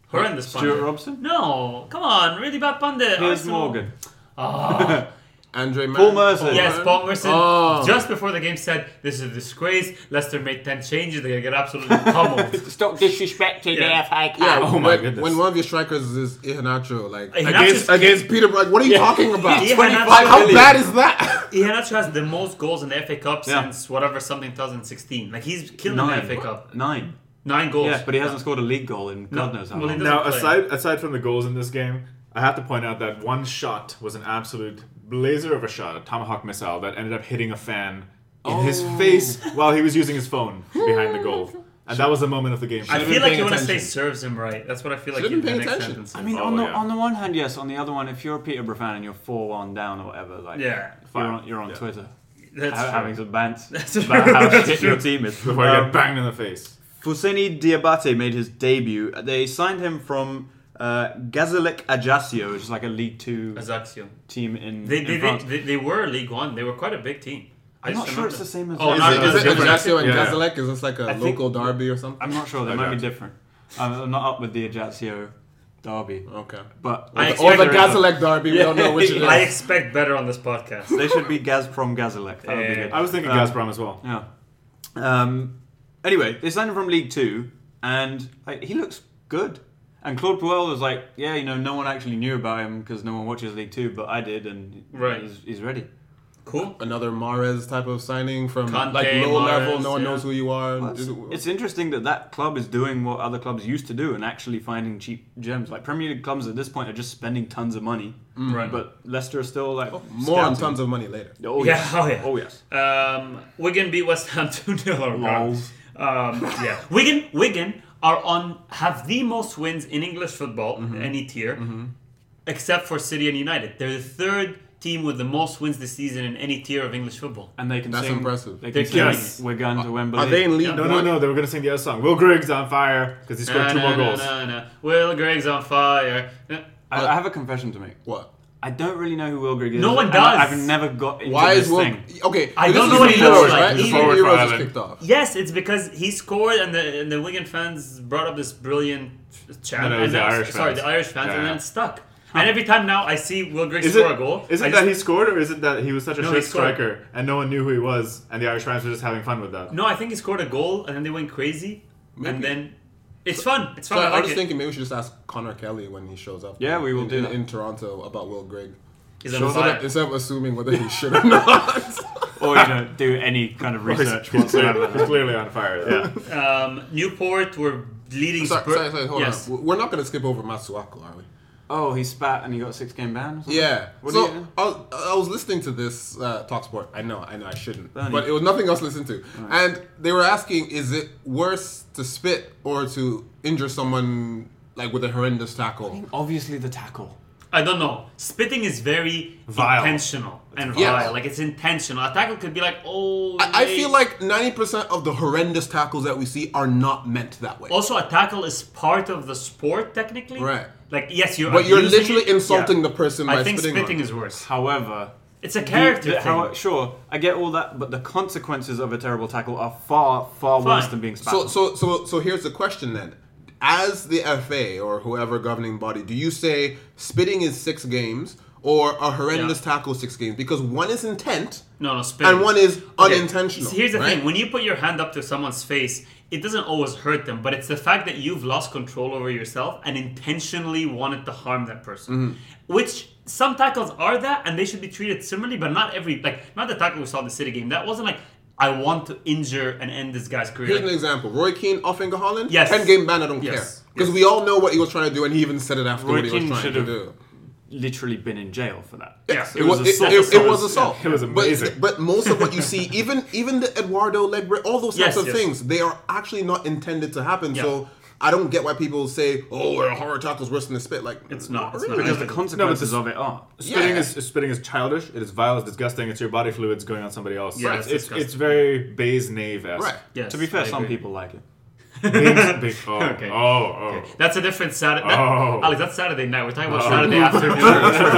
Speaker 3: Horrendous pundit.
Speaker 1: Stuart Robson?
Speaker 3: No, come on, really bad pundit.
Speaker 1: Piers
Speaker 3: Arsenal.
Speaker 1: Morgan.
Speaker 3: Ah,
Speaker 4: Andre Mann.
Speaker 1: Paul Merson.
Speaker 3: yes, Paul Merson.
Speaker 4: Oh.
Speaker 3: Just before the game said, This is a disgrace. Leicester made 10 changes. They're going to get absolutely <laughs> pummeled.
Speaker 1: <laughs> Stop disrespecting
Speaker 3: Yeah.
Speaker 1: FA
Speaker 4: Yeah,
Speaker 2: Oh
Speaker 4: when,
Speaker 2: my goodness.
Speaker 4: when one of your strikers is Ihanacho, like
Speaker 3: Iheanacho's-
Speaker 4: against against Peter, like what are you talking about?
Speaker 3: Iheanacho-
Speaker 4: Like, how
Speaker 3: Really?
Speaker 4: bad is that?
Speaker 3: Iheanacho has the most goals in the FA Cup
Speaker 1: Yeah.
Speaker 3: since whatever something 2016. Like he's killing
Speaker 1: Nine.
Speaker 3: the FA Cup.
Speaker 1: Nine.
Speaker 3: Nine goals.
Speaker 1: Yeah, but he hasn't scored a league goal in God
Speaker 3: No.
Speaker 1: knows how
Speaker 3: Well, he
Speaker 1: long.
Speaker 2: now,
Speaker 3: doesn't- play.
Speaker 2: aside aside from the goals in this game, I have to point out that one shot was an absolute blazer of a shot, a tomahawk missile that ended up hitting a fan in his face while he was using his phone behind the goal, and that was the moment of the game.
Speaker 3: I
Speaker 4: Should've
Speaker 3: feel
Speaker 4: been
Speaker 3: like
Speaker 4: paying
Speaker 3: you want to say
Speaker 4: attention.
Speaker 3: serves him right. That's what I feel like.
Speaker 4: Should've
Speaker 3: you- the
Speaker 4: been paying
Speaker 3: next
Speaker 4: attention.
Speaker 3: sentence
Speaker 1: I
Speaker 3: is.
Speaker 1: mean,
Speaker 2: Oh,
Speaker 1: on, the,
Speaker 2: yeah.
Speaker 1: on the one hand, yes. On the other one, if you're a Peterborough fan and you're 4 1 down or whatever, like,
Speaker 3: yeah,
Speaker 1: you're, on, you're on Twitter
Speaker 3: that's
Speaker 1: ha-
Speaker 3: true.
Speaker 1: having some bants
Speaker 3: <laughs> That's
Speaker 1: about
Speaker 3: true.
Speaker 1: how
Speaker 3: That's
Speaker 1: shit
Speaker 3: true.
Speaker 1: your team
Speaker 3: <laughs>
Speaker 1: is.
Speaker 2: before I
Speaker 1: Um,
Speaker 2: get banged in the face.
Speaker 1: Fuseni Diabate made his debut. They signed him from uh, Gazalec Ajaccio, which is like a League Two
Speaker 3: Azaxio.
Speaker 1: team in,
Speaker 3: They
Speaker 1: in
Speaker 3: they, they,
Speaker 1: France.
Speaker 3: they they were League One. They were quite a big team. I
Speaker 1: I'm
Speaker 3: just
Speaker 1: not sure it's
Speaker 3: remember-
Speaker 1: the same as.
Speaker 3: Oh,
Speaker 1: Is
Speaker 3: not
Speaker 1: it-
Speaker 3: as
Speaker 1: is
Speaker 4: Is
Speaker 1: it-
Speaker 4: it
Speaker 3: different.
Speaker 4: Ignacio and
Speaker 2: Yeah.
Speaker 4: Gazalec? Is this like a
Speaker 1: I think-
Speaker 4: local derby or something?
Speaker 1: I'm not sure. They
Speaker 2: Okay.
Speaker 1: might be different. I'm, I'm not up with the Ajaccio derby,
Speaker 4: Okay.
Speaker 1: but
Speaker 3: I
Speaker 4: Or
Speaker 3: expect,
Speaker 4: the Gazalec derby, we don't know which it
Speaker 3: I
Speaker 4: is.
Speaker 3: expect better on this podcast.
Speaker 1: they should be Gaz from Gazalec. That would be
Speaker 3: Yeah.
Speaker 1: good.
Speaker 2: I was thinking
Speaker 1: Um,
Speaker 2: Gazprom as well.
Speaker 1: Yeah. Um, anyway, they signed him from League Two, and like, he looks good. And Claude Puel was like, "Yeah, you know, no one actually knew about him because no one watches League Two, but I did, and
Speaker 3: Right.
Speaker 1: he's, he's ready."
Speaker 3: Cool.
Speaker 4: Another Mares type of signing from
Speaker 3: Kante,
Speaker 4: like low level,
Speaker 3: Mahrez,
Speaker 4: no one
Speaker 3: yeah.
Speaker 4: knows who you are.
Speaker 1: Well, It's, it's interesting that that club is doing what other clubs used to do and actually finding cheap gems. Like Premier League clubs at this point are just spending tons of money,
Speaker 3: Right.
Speaker 1: but Leicester are still like
Speaker 4: More on
Speaker 1: scouting.
Speaker 4: tons of money later.
Speaker 1: Oh
Speaker 3: Yeah,
Speaker 1: yes.
Speaker 3: oh, yeah.
Speaker 1: Oh yes.
Speaker 3: Um, Wigan beat West Ham <laughs> 2 0.
Speaker 1: Lols.
Speaker 3: Um, yeah. Wigan Wigan are on have the most wins in English football
Speaker 2: Mm-hmm.
Speaker 3: any tier, except for City and United. They're the third team with the most wins this season in any tier of English football.
Speaker 1: And they can
Speaker 4: That's
Speaker 1: sing.
Speaker 4: impressive.
Speaker 1: They
Speaker 3: They're
Speaker 1: can sing.
Speaker 3: killing it.
Speaker 1: We're going to Wembley.
Speaker 4: Are they in League
Speaker 2: No, no,
Speaker 4: One?
Speaker 2: no. They were going to sing the other song. Will Griggs on fire because he scored
Speaker 3: Na,
Speaker 2: two more
Speaker 3: na, na,
Speaker 2: goals.
Speaker 3: na, na. Will Gregg's on fire. Na-
Speaker 1: I, I have a confession to make.
Speaker 4: What?
Speaker 1: I don't really know who Will Grigg is.
Speaker 3: No one
Speaker 1: and I-
Speaker 3: does.
Speaker 1: I've never got into
Speaker 4: Why
Speaker 1: this
Speaker 4: is Will?
Speaker 1: thing.
Speaker 4: Okay,
Speaker 3: I
Speaker 4: this
Speaker 3: don't
Speaker 4: is
Speaker 3: know what he
Speaker 4: before,
Speaker 3: looks like.
Speaker 4: right?
Speaker 3: He's
Speaker 4: This is
Speaker 2: forward
Speaker 4: when
Speaker 2: for
Speaker 4: Euros was
Speaker 2: Ireland.
Speaker 4: kicked off.
Speaker 3: Yes, it's because he scored, and the and the Wigan fans brought up this brilliant chat.
Speaker 2: No, no, it was
Speaker 3: and
Speaker 2: the
Speaker 3: then-
Speaker 2: Irish
Speaker 3: sorry,
Speaker 2: fans.
Speaker 3: the Irish fans,
Speaker 2: Yeah,
Speaker 3: and
Speaker 2: yeah.
Speaker 3: then it's stuck. And every time now I see Will Griggs
Speaker 2: Is
Speaker 3: score
Speaker 2: it,
Speaker 3: a goal,
Speaker 2: is it
Speaker 3: I
Speaker 2: that
Speaker 3: just-
Speaker 2: he scored, or is it that he was such a
Speaker 3: No, he
Speaker 2: shit
Speaker 3: scored.
Speaker 2: striker and no one knew who he was, and the Irish fans were just having fun with that?
Speaker 3: No, I think he scored a goal and then they went crazy. And then It's fun. It's
Speaker 4: So
Speaker 3: fun. I
Speaker 4: I,
Speaker 3: like
Speaker 4: was
Speaker 3: it.
Speaker 4: thinking maybe we should just ask Connor Kelly when he shows up.
Speaker 1: Yeah, we will
Speaker 4: in,
Speaker 1: do
Speaker 4: in,
Speaker 1: that.
Speaker 4: in Toronto about Will Grigg.
Speaker 3: He's
Speaker 4: So
Speaker 3: on
Speaker 4: instead,
Speaker 3: fire.
Speaker 4: of, instead of assuming whether he should or
Speaker 1: <laughs>
Speaker 4: not.
Speaker 1: or you know, do any kind
Speaker 4: <laughs>
Speaker 1: of research whatsoever.
Speaker 2: He's clearly on fire.
Speaker 3: <laughs>
Speaker 2: Though. Yeah.
Speaker 3: Um, Newport were leading.
Speaker 4: sorry,
Speaker 3: Spur-
Speaker 4: sorry, sorry, hold
Speaker 3: yes.
Speaker 4: on. We're not going to skip over Matsuako, are we?
Speaker 1: Oh, he spat and he got a six game ban. Or something?
Speaker 4: Yeah.
Speaker 1: What
Speaker 4: so
Speaker 1: do you-
Speaker 4: I, was, I was listening to this uh, talk sport. I know, I know, I shouldn't,
Speaker 1: Don't
Speaker 4: but
Speaker 1: you-
Speaker 4: it was nothing else to listen to. And they were asking, is it worse to spit or to injure someone like with a horrendous tackle?
Speaker 1: Obviously, the tackle.
Speaker 3: I don't know. Spitting is very
Speaker 2: Vile.
Speaker 3: intentional and
Speaker 4: Yeah.
Speaker 3: vile. Like it's intentional. A tackle could be like, oh.
Speaker 4: I, I
Speaker 3: wait.
Speaker 4: feel like ninety percent of the horrendous tackles that we see are not meant that way.
Speaker 3: Also, a tackle is part of the sport technically.
Speaker 4: Right.
Speaker 3: Like yes, you're.
Speaker 4: But you're
Speaker 3: abusing
Speaker 4: literally
Speaker 3: it.
Speaker 4: insulting the person
Speaker 3: I
Speaker 4: by
Speaker 3: think
Speaker 4: spitting on
Speaker 3: spitting
Speaker 4: it.
Speaker 3: is worse.
Speaker 1: However,
Speaker 3: It's a
Speaker 1: the-
Speaker 3: character
Speaker 1: the-
Speaker 3: thing.
Speaker 1: how- sure, I get all that, but the consequences of a terrible tackle are far, far
Speaker 3: Fine.
Speaker 1: worse than being spat.
Speaker 4: So,
Speaker 1: on.
Speaker 4: so, so, so here's the question then: As the FA or whoever governing body, do you say spitting is six games or a horrendous
Speaker 3: Yeah.
Speaker 4: tackle six games? Because one is intent,
Speaker 3: No, no, spitting.
Speaker 4: and one is
Speaker 3: Okay,
Speaker 4: unintentional.
Speaker 3: so here's the
Speaker 4: right?
Speaker 3: thing: when you put your hand up to someone's face, it doesn't always hurt them, but it's the fact that you've lost control over yourself and intentionally wanted to harm that person.
Speaker 4: Mm-hmm.
Speaker 3: Which some tackles are that, and they should be treated similarly, but not every like not the tackle we saw in the city game. That wasn't like I want to injure and end this guy's career.
Speaker 4: Here's an example: Roy Keane off Inga Holland,
Speaker 3: Yes.
Speaker 4: ten game ban. I don't
Speaker 3: Yes.
Speaker 4: care because we all know what he was trying to do, and he even said it after
Speaker 1: Roy
Speaker 4: what he was
Speaker 1: Keane
Speaker 4: trying
Speaker 1: should
Speaker 4: to
Speaker 1: have-
Speaker 4: do.
Speaker 1: literally been in jail for that.
Speaker 3: Yes,
Speaker 4: It was it,
Speaker 3: assault.
Speaker 4: it, it was
Speaker 2: Yeah,
Speaker 4: assault.
Speaker 2: it was amazing.
Speaker 4: But, but most of what you see, <laughs> even even the Eduardo Legre, all those types
Speaker 3: Yes,
Speaker 4: of
Speaker 3: yes.
Speaker 4: things, they are actually not intended to happen.
Speaker 3: Yeah.
Speaker 4: So I don't get why people say, "Oh, a horror tackle's worse than a spit." Like
Speaker 3: It's not, it's
Speaker 4: really.
Speaker 3: not.
Speaker 1: Because the consequences of it are.
Speaker 2: Spitting
Speaker 4: Yeah.
Speaker 2: is spitting is childish. It is vile. It's disgusting. It's your body fluids going on somebody else.
Speaker 3: Yeah,
Speaker 2: it's
Speaker 3: that's
Speaker 2: it's, it's
Speaker 3: disgusting.
Speaker 2: very Bayes Nave esque. <laughs>
Speaker 4: Right.
Speaker 3: Yes,
Speaker 1: To be fair,
Speaker 3: I
Speaker 1: some
Speaker 3: agree.
Speaker 1: people like it.
Speaker 4: <laughs>
Speaker 2: oh,
Speaker 3: Okay.
Speaker 2: oh, oh.
Speaker 3: That's a different Saturday. That,
Speaker 2: Oh.
Speaker 3: Alex, that's Saturday night. We're talking about Saturday
Speaker 2: <laughs>
Speaker 3: afternoon.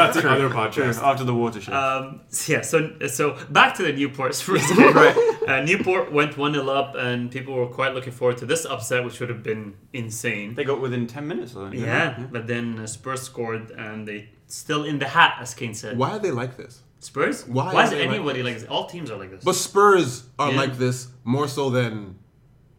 Speaker 2: That's another podcast.
Speaker 1: After the watershed.
Speaker 3: Um, so yeah, so so back to the Newport's
Speaker 2: <laughs>
Speaker 3: first game. right. Uh, Newport went 1 0 up, and people were quite looking forward to this upset, which would have been insane.
Speaker 1: they got within 10 minutes of it.
Speaker 3: Yeah, but then uh, Spurs scored, and they still in the hat, as Kane said.
Speaker 4: Why are they like this?
Speaker 3: Spurs?
Speaker 4: Why
Speaker 3: Why
Speaker 4: are
Speaker 3: is
Speaker 4: they like
Speaker 3: anybody like this? All teams are like this.
Speaker 4: But Spurs are
Speaker 3: Yeah.
Speaker 4: like this more so than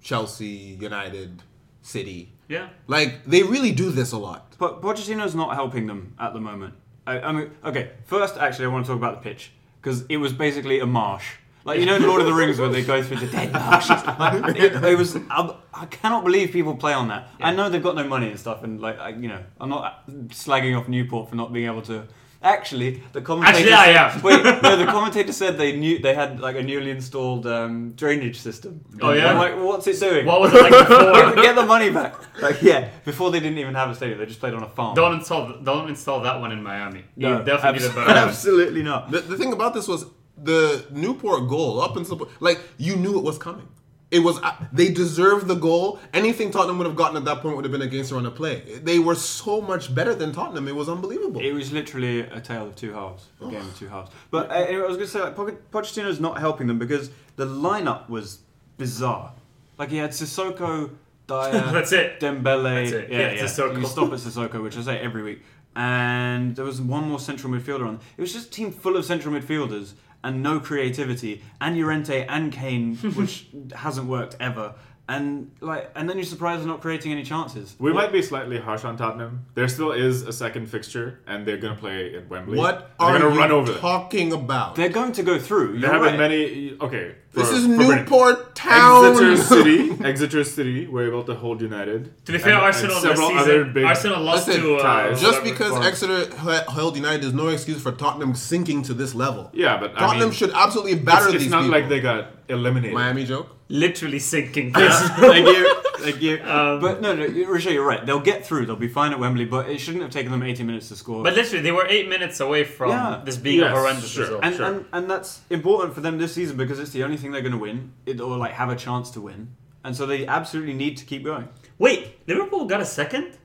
Speaker 4: Chelsea, United, City.
Speaker 3: yeah.
Speaker 4: Like they really do this a lot.
Speaker 1: But Pochettino's not helping them at the moment. I, I mean, okay, first, actually, I want to talk about the pitch. Because it was basically a marsh. Like, you know, in Lord of the Rings, where they go through the dead
Speaker 3: <laughs>
Speaker 1: marshes. Like, it, it was. I, I cannot believe people play on that. I know they've got no money and stuff, and, like, I, you know, I'm not slagging off Newport for not being able to. Actually, the commentator.
Speaker 3: Actually, I
Speaker 1: <laughs>
Speaker 3: am.
Speaker 1: Wait, no, the commentator said they knew they had like a newly installed um, drainage system.
Speaker 3: Oh, yeah?
Speaker 1: I'm like, what's it doing?
Speaker 3: What was it like
Speaker 1: Get-
Speaker 3: before? <laughs>
Speaker 1: get the money back. Like, yeah, before they didn't even have a stadium, they just played on a farm.
Speaker 3: don't install don't install that one in Miami. You
Speaker 1: No,
Speaker 3: definitely need a
Speaker 1: abs-
Speaker 3: better one.
Speaker 1: <laughs> Absolutely not.
Speaker 4: The, the thing about this was the Newport goal up until like you knew it was coming. It was uh, they deserved the goal. Anything Tottenham would have gotten at that point would have been against her on the play. They were so much better than Tottenham. It was unbelievable.
Speaker 1: It was literally a tale of two halves, a game
Speaker 3: Oh.
Speaker 1: of two halves. But uh, anyway, I was going to say, like, Poch- Pochettino's not helping them because the lineup was bizarre. Like, he had Sissoko, Dyer,
Speaker 3: <laughs> That's it.
Speaker 1: Dembele.
Speaker 3: That's it.
Speaker 1: Yeah,
Speaker 3: Yeah,
Speaker 1: yeah,
Speaker 3: Sissoko.
Speaker 1: You stop at Sissoko, which I say every week. And there was one more central midfielder on. It was just a team full of central midfielders and no creativity. And Llorente and Kane,
Speaker 3: <laughs>
Speaker 1: which hasn't worked ever. And like, and then you're surprised they're not creating any chances.
Speaker 2: We might be slightly harsh on Tottenham. There still is a second fixture, and they're going to play at Wembley.
Speaker 4: what
Speaker 2: They're
Speaker 4: are
Speaker 2: gonna
Speaker 4: you
Speaker 2: run over them.
Speaker 4: talking about?
Speaker 1: They're going to go through.
Speaker 2: There
Speaker 1: You're
Speaker 2: haven't
Speaker 1: right.
Speaker 2: many. Okay, for-
Speaker 4: this is
Speaker 2: for Britain.
Speaker 4: Newport Town.
Speaker 2: Exeter City, Exeter City were able to hold United.
Speaker 3: To be fair,
Speaker 2: and- and
Speaker 3: Arsenal this
Speaker 2: several
Speaker 3: season,
Speaker 2: other big.
Speaker 3: Arsenal lost
Speaker 4: Listen,
Speaker 3: to uh,
Speaker 2: ties.
Speaker 4: <laughs> Just
Speaker 3: whatever.
Speaker 4: because Exeter he- held United is no excuse for Tottenham sinking to this level.
Speaker 2: Yeah, but I
Speaker 4: Tottenham
Speaker 2: mean,
Speaker 4: should absolutely batter
Speaker 2: it's,
Speaker 4: these
Speaker 2: it's not
Speaker 4: people.
Speaker 2: like they got eliminated.
Speaker 4: Miami joke.
Speaker 3: literally sinking.
Speaker 1: thank you, thank you.
Speaker 3: Um,
Speaker 1: but no, no, Richard, you're right. They'll get through. They'll be fine at Wembley, but it shouldn't have taken them 80 minutes to score.
Speaker 3: But literally, they were eight minutes away from
Speaker 1: Yeah.
Speaker 3: this being
Speaker 2: Yes,
Speaker 3: a horrendous
Speaker 2: sure.
Speaker 3: result.
Speaker 1: and,
Speaker 2: sure.
Speaker 1: and and that's important for them this season because it's the only thing they're going to win it, or like have a chance to win, and so they absolutely need to keep going.
Speaker 3: Wait, Liverpool got a second?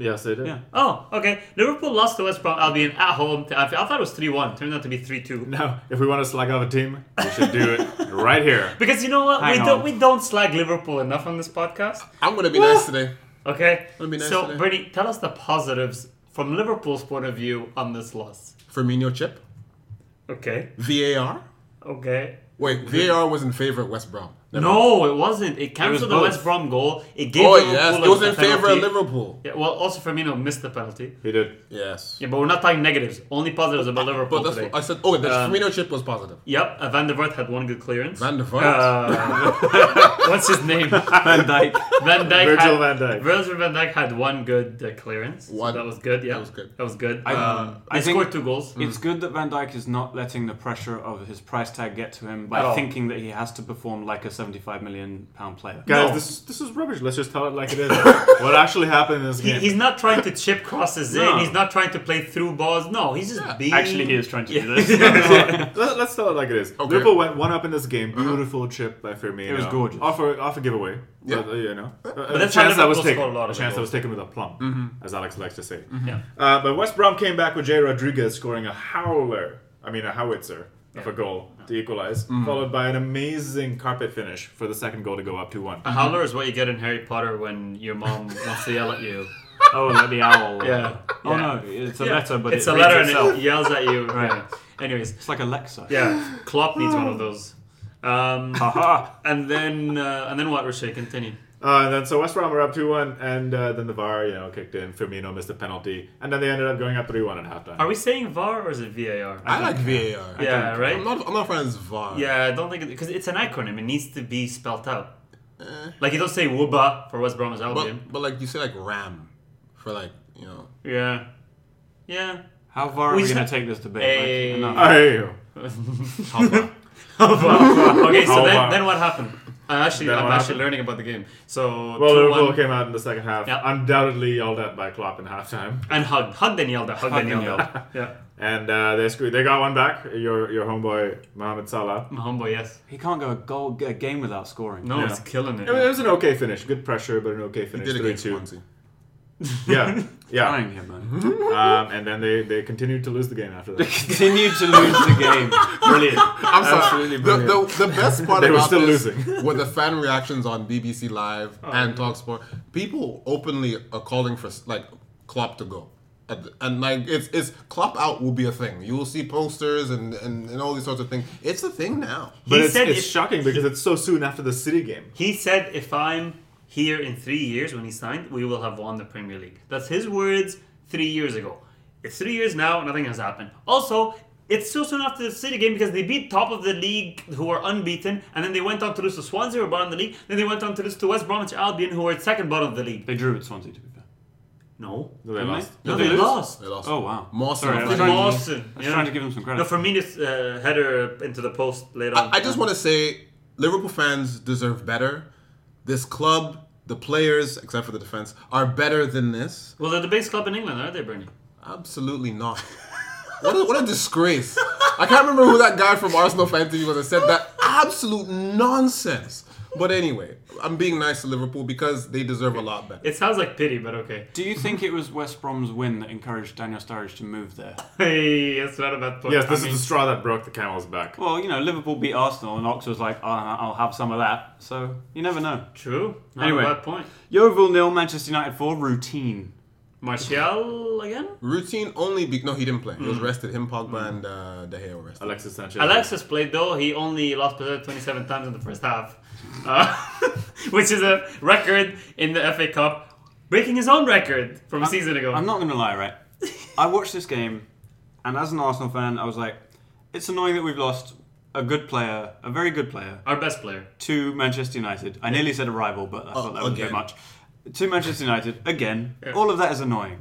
Speaker 2: Yes, they did.
Speaker 1: Yeah.
Speaker 3: Oh, okay. Liverpool lost to West Brom Albion at home. To, I thought it was 3 1. Turned out to be 3 2.
Speaker 2: Now, if we want to slag off a team, we should do it right here.
Speaker 3: Because you know what? We
Speaker 1: Hang
Speaker 3: don't,
Speaker 1: on.
Speaker 3: we don't slag Liverpool enough on this podcast.
Speaker 4: I'm gonna be nice today.
Speaker 3: Okay?
Speaker 4: That'd be nice
Speaker 3: so,
Speaker 4: today.
Speaker 3: Bernie, tell us the positives from Liverpool's point of view on this loss.
Speaker 4: Firmino chip.
Speaker 3: Okay.
Speaker 4: VAR.
Speaker 3: Okay.
Speaker 4: Wait, VAR was in favor of West Brom.
Speaker 3: No, it wasn't. It cancelled the
Speaker 1: both.
Speaker 3: West Brom goal. It gave
Speaker 4: Oh
Speaker 3: Liverpool
Speaker 4: yes, it was
Speaker 3: a
Speaker 4: in favor of
Speaker 3: penalty.
Speaker 4: Liverpool.
Speaker 3: Yeah, well, also Firmino missed the penalty.
Speaker 2: He did.
Speaker 4: Yes.
Speaker 3: Yeah, but we're not talking negatives. Only positives
Speaker 1: Ah,
Speaker 3: about Liverpool
Speaker 4: But that's
Speaker 3: today. Um,
Speaker 4: what I said. Oh, wait, the Firmino chip was positive.
Speaker 3: Yep, uh, Van der Vaart had one good clearance.
Speaker 4: Van der Vaart?
Speaker 3: Uh, <laughs> what's his
Speaker 1: <laughs>
Speaker 3: name? <laughs> Van
Speaker 1: Van Dyke.
Speaker 3: Dijk.
Speaker 2: Virgil
Speaker 3: had,
Speaker 2: van Dijk.
Speaker 3: Virgil van Dijk had one good uh, clearance. So
Speaker 4: One.
Speaker 3: that was good. Yeah,
Speaker 4: That was good.
Speaker 3: That was good.
Speaker 1: I-
Speaker 3: um,
Speaker 1: I
Speaker 3: he
Speaker 1: think-
Speaker 3: scored two goals.
Speaker 1: It's good that Van Dyke is not letting the pressure of his price tag get to him
Speaker 3: At
Speaker 1: by
Speaker 3: all.
Speaker 1: thinking that he has to perform like a 75 million pound player.
Speaker 2: Guys,
Speaker 3: No.
Speaker 2: this this is rubbish. Let's just tell it like it is.
Speaker 3: <laughs>
Speaker 2: what actually happened in this
Speaker 3: He,
Speaker 2: game?
Speaker 3: he's not trying to chip crosses in.
Speaker 1: No.
Speaker 3: He's not trying to play through balls. No, he's just being.
Speaker 1: Actually, he is trying to do <laughs>
Speaker 3: Yeah.
Speaker 1: this.
Speaker 2: <laughs>
Speaker 3: <laughs>
Speaker 2: Let, let's tell it like it is. Liverpool went one up in this game.
Speaker 3: Uh-huh.
Speaker 2: Beautiful chip by Firmino.
Speaker 1: It was gorgeous.
Speaker 2: Off a, off a giveaway.
Speaker 4: Yeah.
Speaker 2: But, uh, you know, a, a
Speaker 3: that's how
Speaker 2: chance that was
Speaker 3: Liverpool
Speaker 2: taken.
Speaker 3: scored a lot
Speaker 2: A
Speaker 3: of
Speaker 2: chance that
Speaker 3: goals. Mm-hmm.
Speaker 2: was taken with a plum, as Alex likes to say.
Speaker 3: Yeah.
Speaker 2: Uh, but West Brom came back with Jay Rodriguez scoring a howler. I mean, a howitzer of
Speaker 3: Yeah. Mm-hmm.
Speaker 2: a goal to equalize, followed by an amazing carpet finish for the second goal to go up two one.
Speaker 3: A howler is what you get in Harry Potter when your
Speaker 1: <laughs>
Speaker 3: mom wants to yell at you.
Speaker 1: oh, like the owl.
Speaker 3: Yeah.
Speaker 1: Oh, no, it's a
Speaker 3: Yeah.
Speaker 1: letter, but
Speaker 3: it's
Speaker 1: it
Speaker 3: a
Speaker 1: reads
Speaker 3: letter
Speaker 1: itself.
Speaker 3: <laughs> and it yells at you.
Speaker 1: Right.
Speaker 3: Yeah. Anyways,
Speaker 1: It's like Alexa.
Speaker 3: yeah,
Speaker 2: <gasps>
Speaker 3: Klopp needs one of
Speaker 2: Oh.
Speaker 3: those. Um,
Speaker 1: Aha!
Speaker 3: and then uh, and then what? Rashay, continue.
Speaker 2: Uh, and then so West Brom were up two one, and uh, then the VAR you know kicked in. Firmino missed a penalty, and then they ended up going up three one at halftime.
Speaker 3: Are we saying VAR or is it VAR?
Speaker 4: I like VAR.
Speaker 3: yeah,
Speaker 4: I'm
Speaker 3: right.
Speaker 4: not. I'm not a fan of VAR.
Speaker 3: yeah, I don't think because it's an acronym. It needs to be spelt out.
Speaker 2: Uh.
Speaker 3: Like you don't say WUBA for West Bromwich Albion.
Speaker 4: But but like you say like Ram, for like you know.
Speaker 3: yeah, yeah.
Speaker 1: How far are we,
Speaker 3: We
Speaker 1: going
Speaker 3: should-
Speaker 1: to take this debate?
Speaker 3: Hey.
Speaker 1: Like, enough.
Speaker 2: Ayo.
Speaker 3: <laughs> okay, so
Speaker 2: Oh,
Speaker 3: then,
Speaker 2: wow.
Speaker 3: then what happened? I actually,
Speaker 2: Then
Speaker 3: I'm
Speaker 2: what
Speaker 3: actually
Speaker 2: happened?
Speaker 3: learning about the game. So
Speaker 2: Well,
Speaker 3: 2-1
Speaker 2: Liverpool came out in the second half,
Speaker 3: Yeah.
Speaker 2: undoubtedly yelled at by Klopp in halftime,
Speaker 3: and hugged, hugged and yelled at, hugged, and
Speaker 1: Hugged and
Speaker 3: yelled at. yeah,
Speaker 2: and uh, they screwed. They got one back. Your your homeboy Mohamed Salah.
Speaker 3: my humble yes.
Speaker 1: He can't go a, goal, a game without scoring.
Speaker 3: No,
Speaker 2: Yeah.
Speaker 3: it's killing it.
Speaker 2: I mean, it was an okay finish, good pressure, but an okay
Speaker 4: He
Speaker 2: finish.
Speaker 4: did
Speaker 2: three
Speaker 4: against
Speaker 2: two.
Speaker 4: Swansea.
Speaker 2: Yeah, <laughs> yeah.
Speaker 1: Trying him,
Speaker 3: Mm-hmm.
Speaker 1: man.
Speaker 2: Um, and then they they continued to lose the game <laughs> after that.
Speaker 1: Continued to lose the game.
Speaker 3: <laughs>
Speaker 1: Brilliant.
Speaker 4: I'm sorry.
Speaker 1: Absolutely
Speaker 4: the,
Speaker 1: brilliant.
Speaker 4: the, the best part
Speaker 2: <laughs> They were
Speaker 4: about
Speaker 2: still
Speaker 4: this
Speaker 2: losing. <laughs>
Speaker 4: were the fan reactions on BBC Live
Speaker 1: Oh,
Speaker 4: and Talksport. People openly are calling for like Klopp to go. And, and, like it's it's Klopp out will be a thing. You will see posters and, and, and all these sorts of things. It's a thing now.
Speaker 2: But
Speaker 3: He
Speaker 2: it's,
Speaker 3: said
Speaker 2: it's
Speaker 3: if-
Speaker 2: shocking because it's so soon after the City game.
Speaker 3: He said, "If I'm here in three years when he signed, we will have won the Premier League." That's his words three years ago. It's three years now, nothing has happened. Also, it's so soon after the City game because they beat top of the league, who are unbeaten, and then they went on to lose to Swansea, who are bottom of the league. Then they went on to lose to West Bromwich Albion, who are second bottom of the league.
Speaker 1: They drew at Swansea, to be fair.
Speaker 3: No,
Speaker 2: They
Speaker 1: Didn't
Speaker 2: lost.
Speaker 1: They?
Speaker 3: no,
Speaker 1: Did
Speaker 3: they
Speaker 1: lose?
Speaker 3: lost.
Speaker 4: They lost.
Speaker 1: Oh, wow.
Speaker 4: Mawson.
Speaker 1: Sorry, I
Speaker 4: I,
Speaker 1: was
Speaker 4: think-
Speaker 1: trying-
Speaker 3: Lawson,
Speaker 1: I was
Speaker 3: yeah.
Speaker 1: trying to give him some credit.
Speaker 3: No, Firmino's uh, header into the post later on.
Speaker 4: I- I just want to say Liverpool fans deserve better. This club, the players, except for the defense, are better than this.
Speaker 3: Well, they're the biggest club in England, aren't they, Bernie?
Speaker 4: Absolutely not. what, a, what a disgrace. I can't remember who that guy from Arsenal fan TV was that said that absolute nonsense. But anyway, I'm being nice to Liverpool because they deserve a lot better.
Speaker 3: It sounds like pity, but okay. <laughs>
Speaker 1: Do you think it was West Brom's win that encouraged Daniel Sturridge to move there?
Speaker 3: Hey, that's not a bad point.
Speaker 2: Yes,
Speaker 3: I
Speaker 2: this
Speaker 3: mean-
Speaker 2: is the straw that broke the camel's back.
Speaker 1: Well, you know, Liverpool beat Arsenal, and Ox was like, oh, I'll have some of that. So you never know.
Speaker 3: True. Not
Speaker 1: Anyway.
Speaker 3: a bad point.
Speaker 1: Yeovil nil, Manchester United four. Routine.
Speaker 3: Martial again?
Speaker 4: Routine only be no, he didn't play. He
Speaker 3: Mm.
Speaker 4: was rested. Him, Pogba, and uh, De Gea were rested.
Speaker 2: Alexis Sanchez.
Speaker 3: Alexis played though. He only lost possession 27 times in the first half, uh, <laughs> which is a record in the FA Cup, breaking his own record from a season ago.
Speaker 1: I'm not going to lie, right? I watched this game, and as an Arsenal fan, I was like, it's annoying that we've lost a good player, a very good player,
Speaker 3: Our best player.
Speaker 1: to Manchester United. I nearly said a rival, but I thought that
Speaker 3: Oh,
Speaker 1: was a bit
Speaker 4: again.
Speaker 1: much. To Manchester United again. All of that is annoying,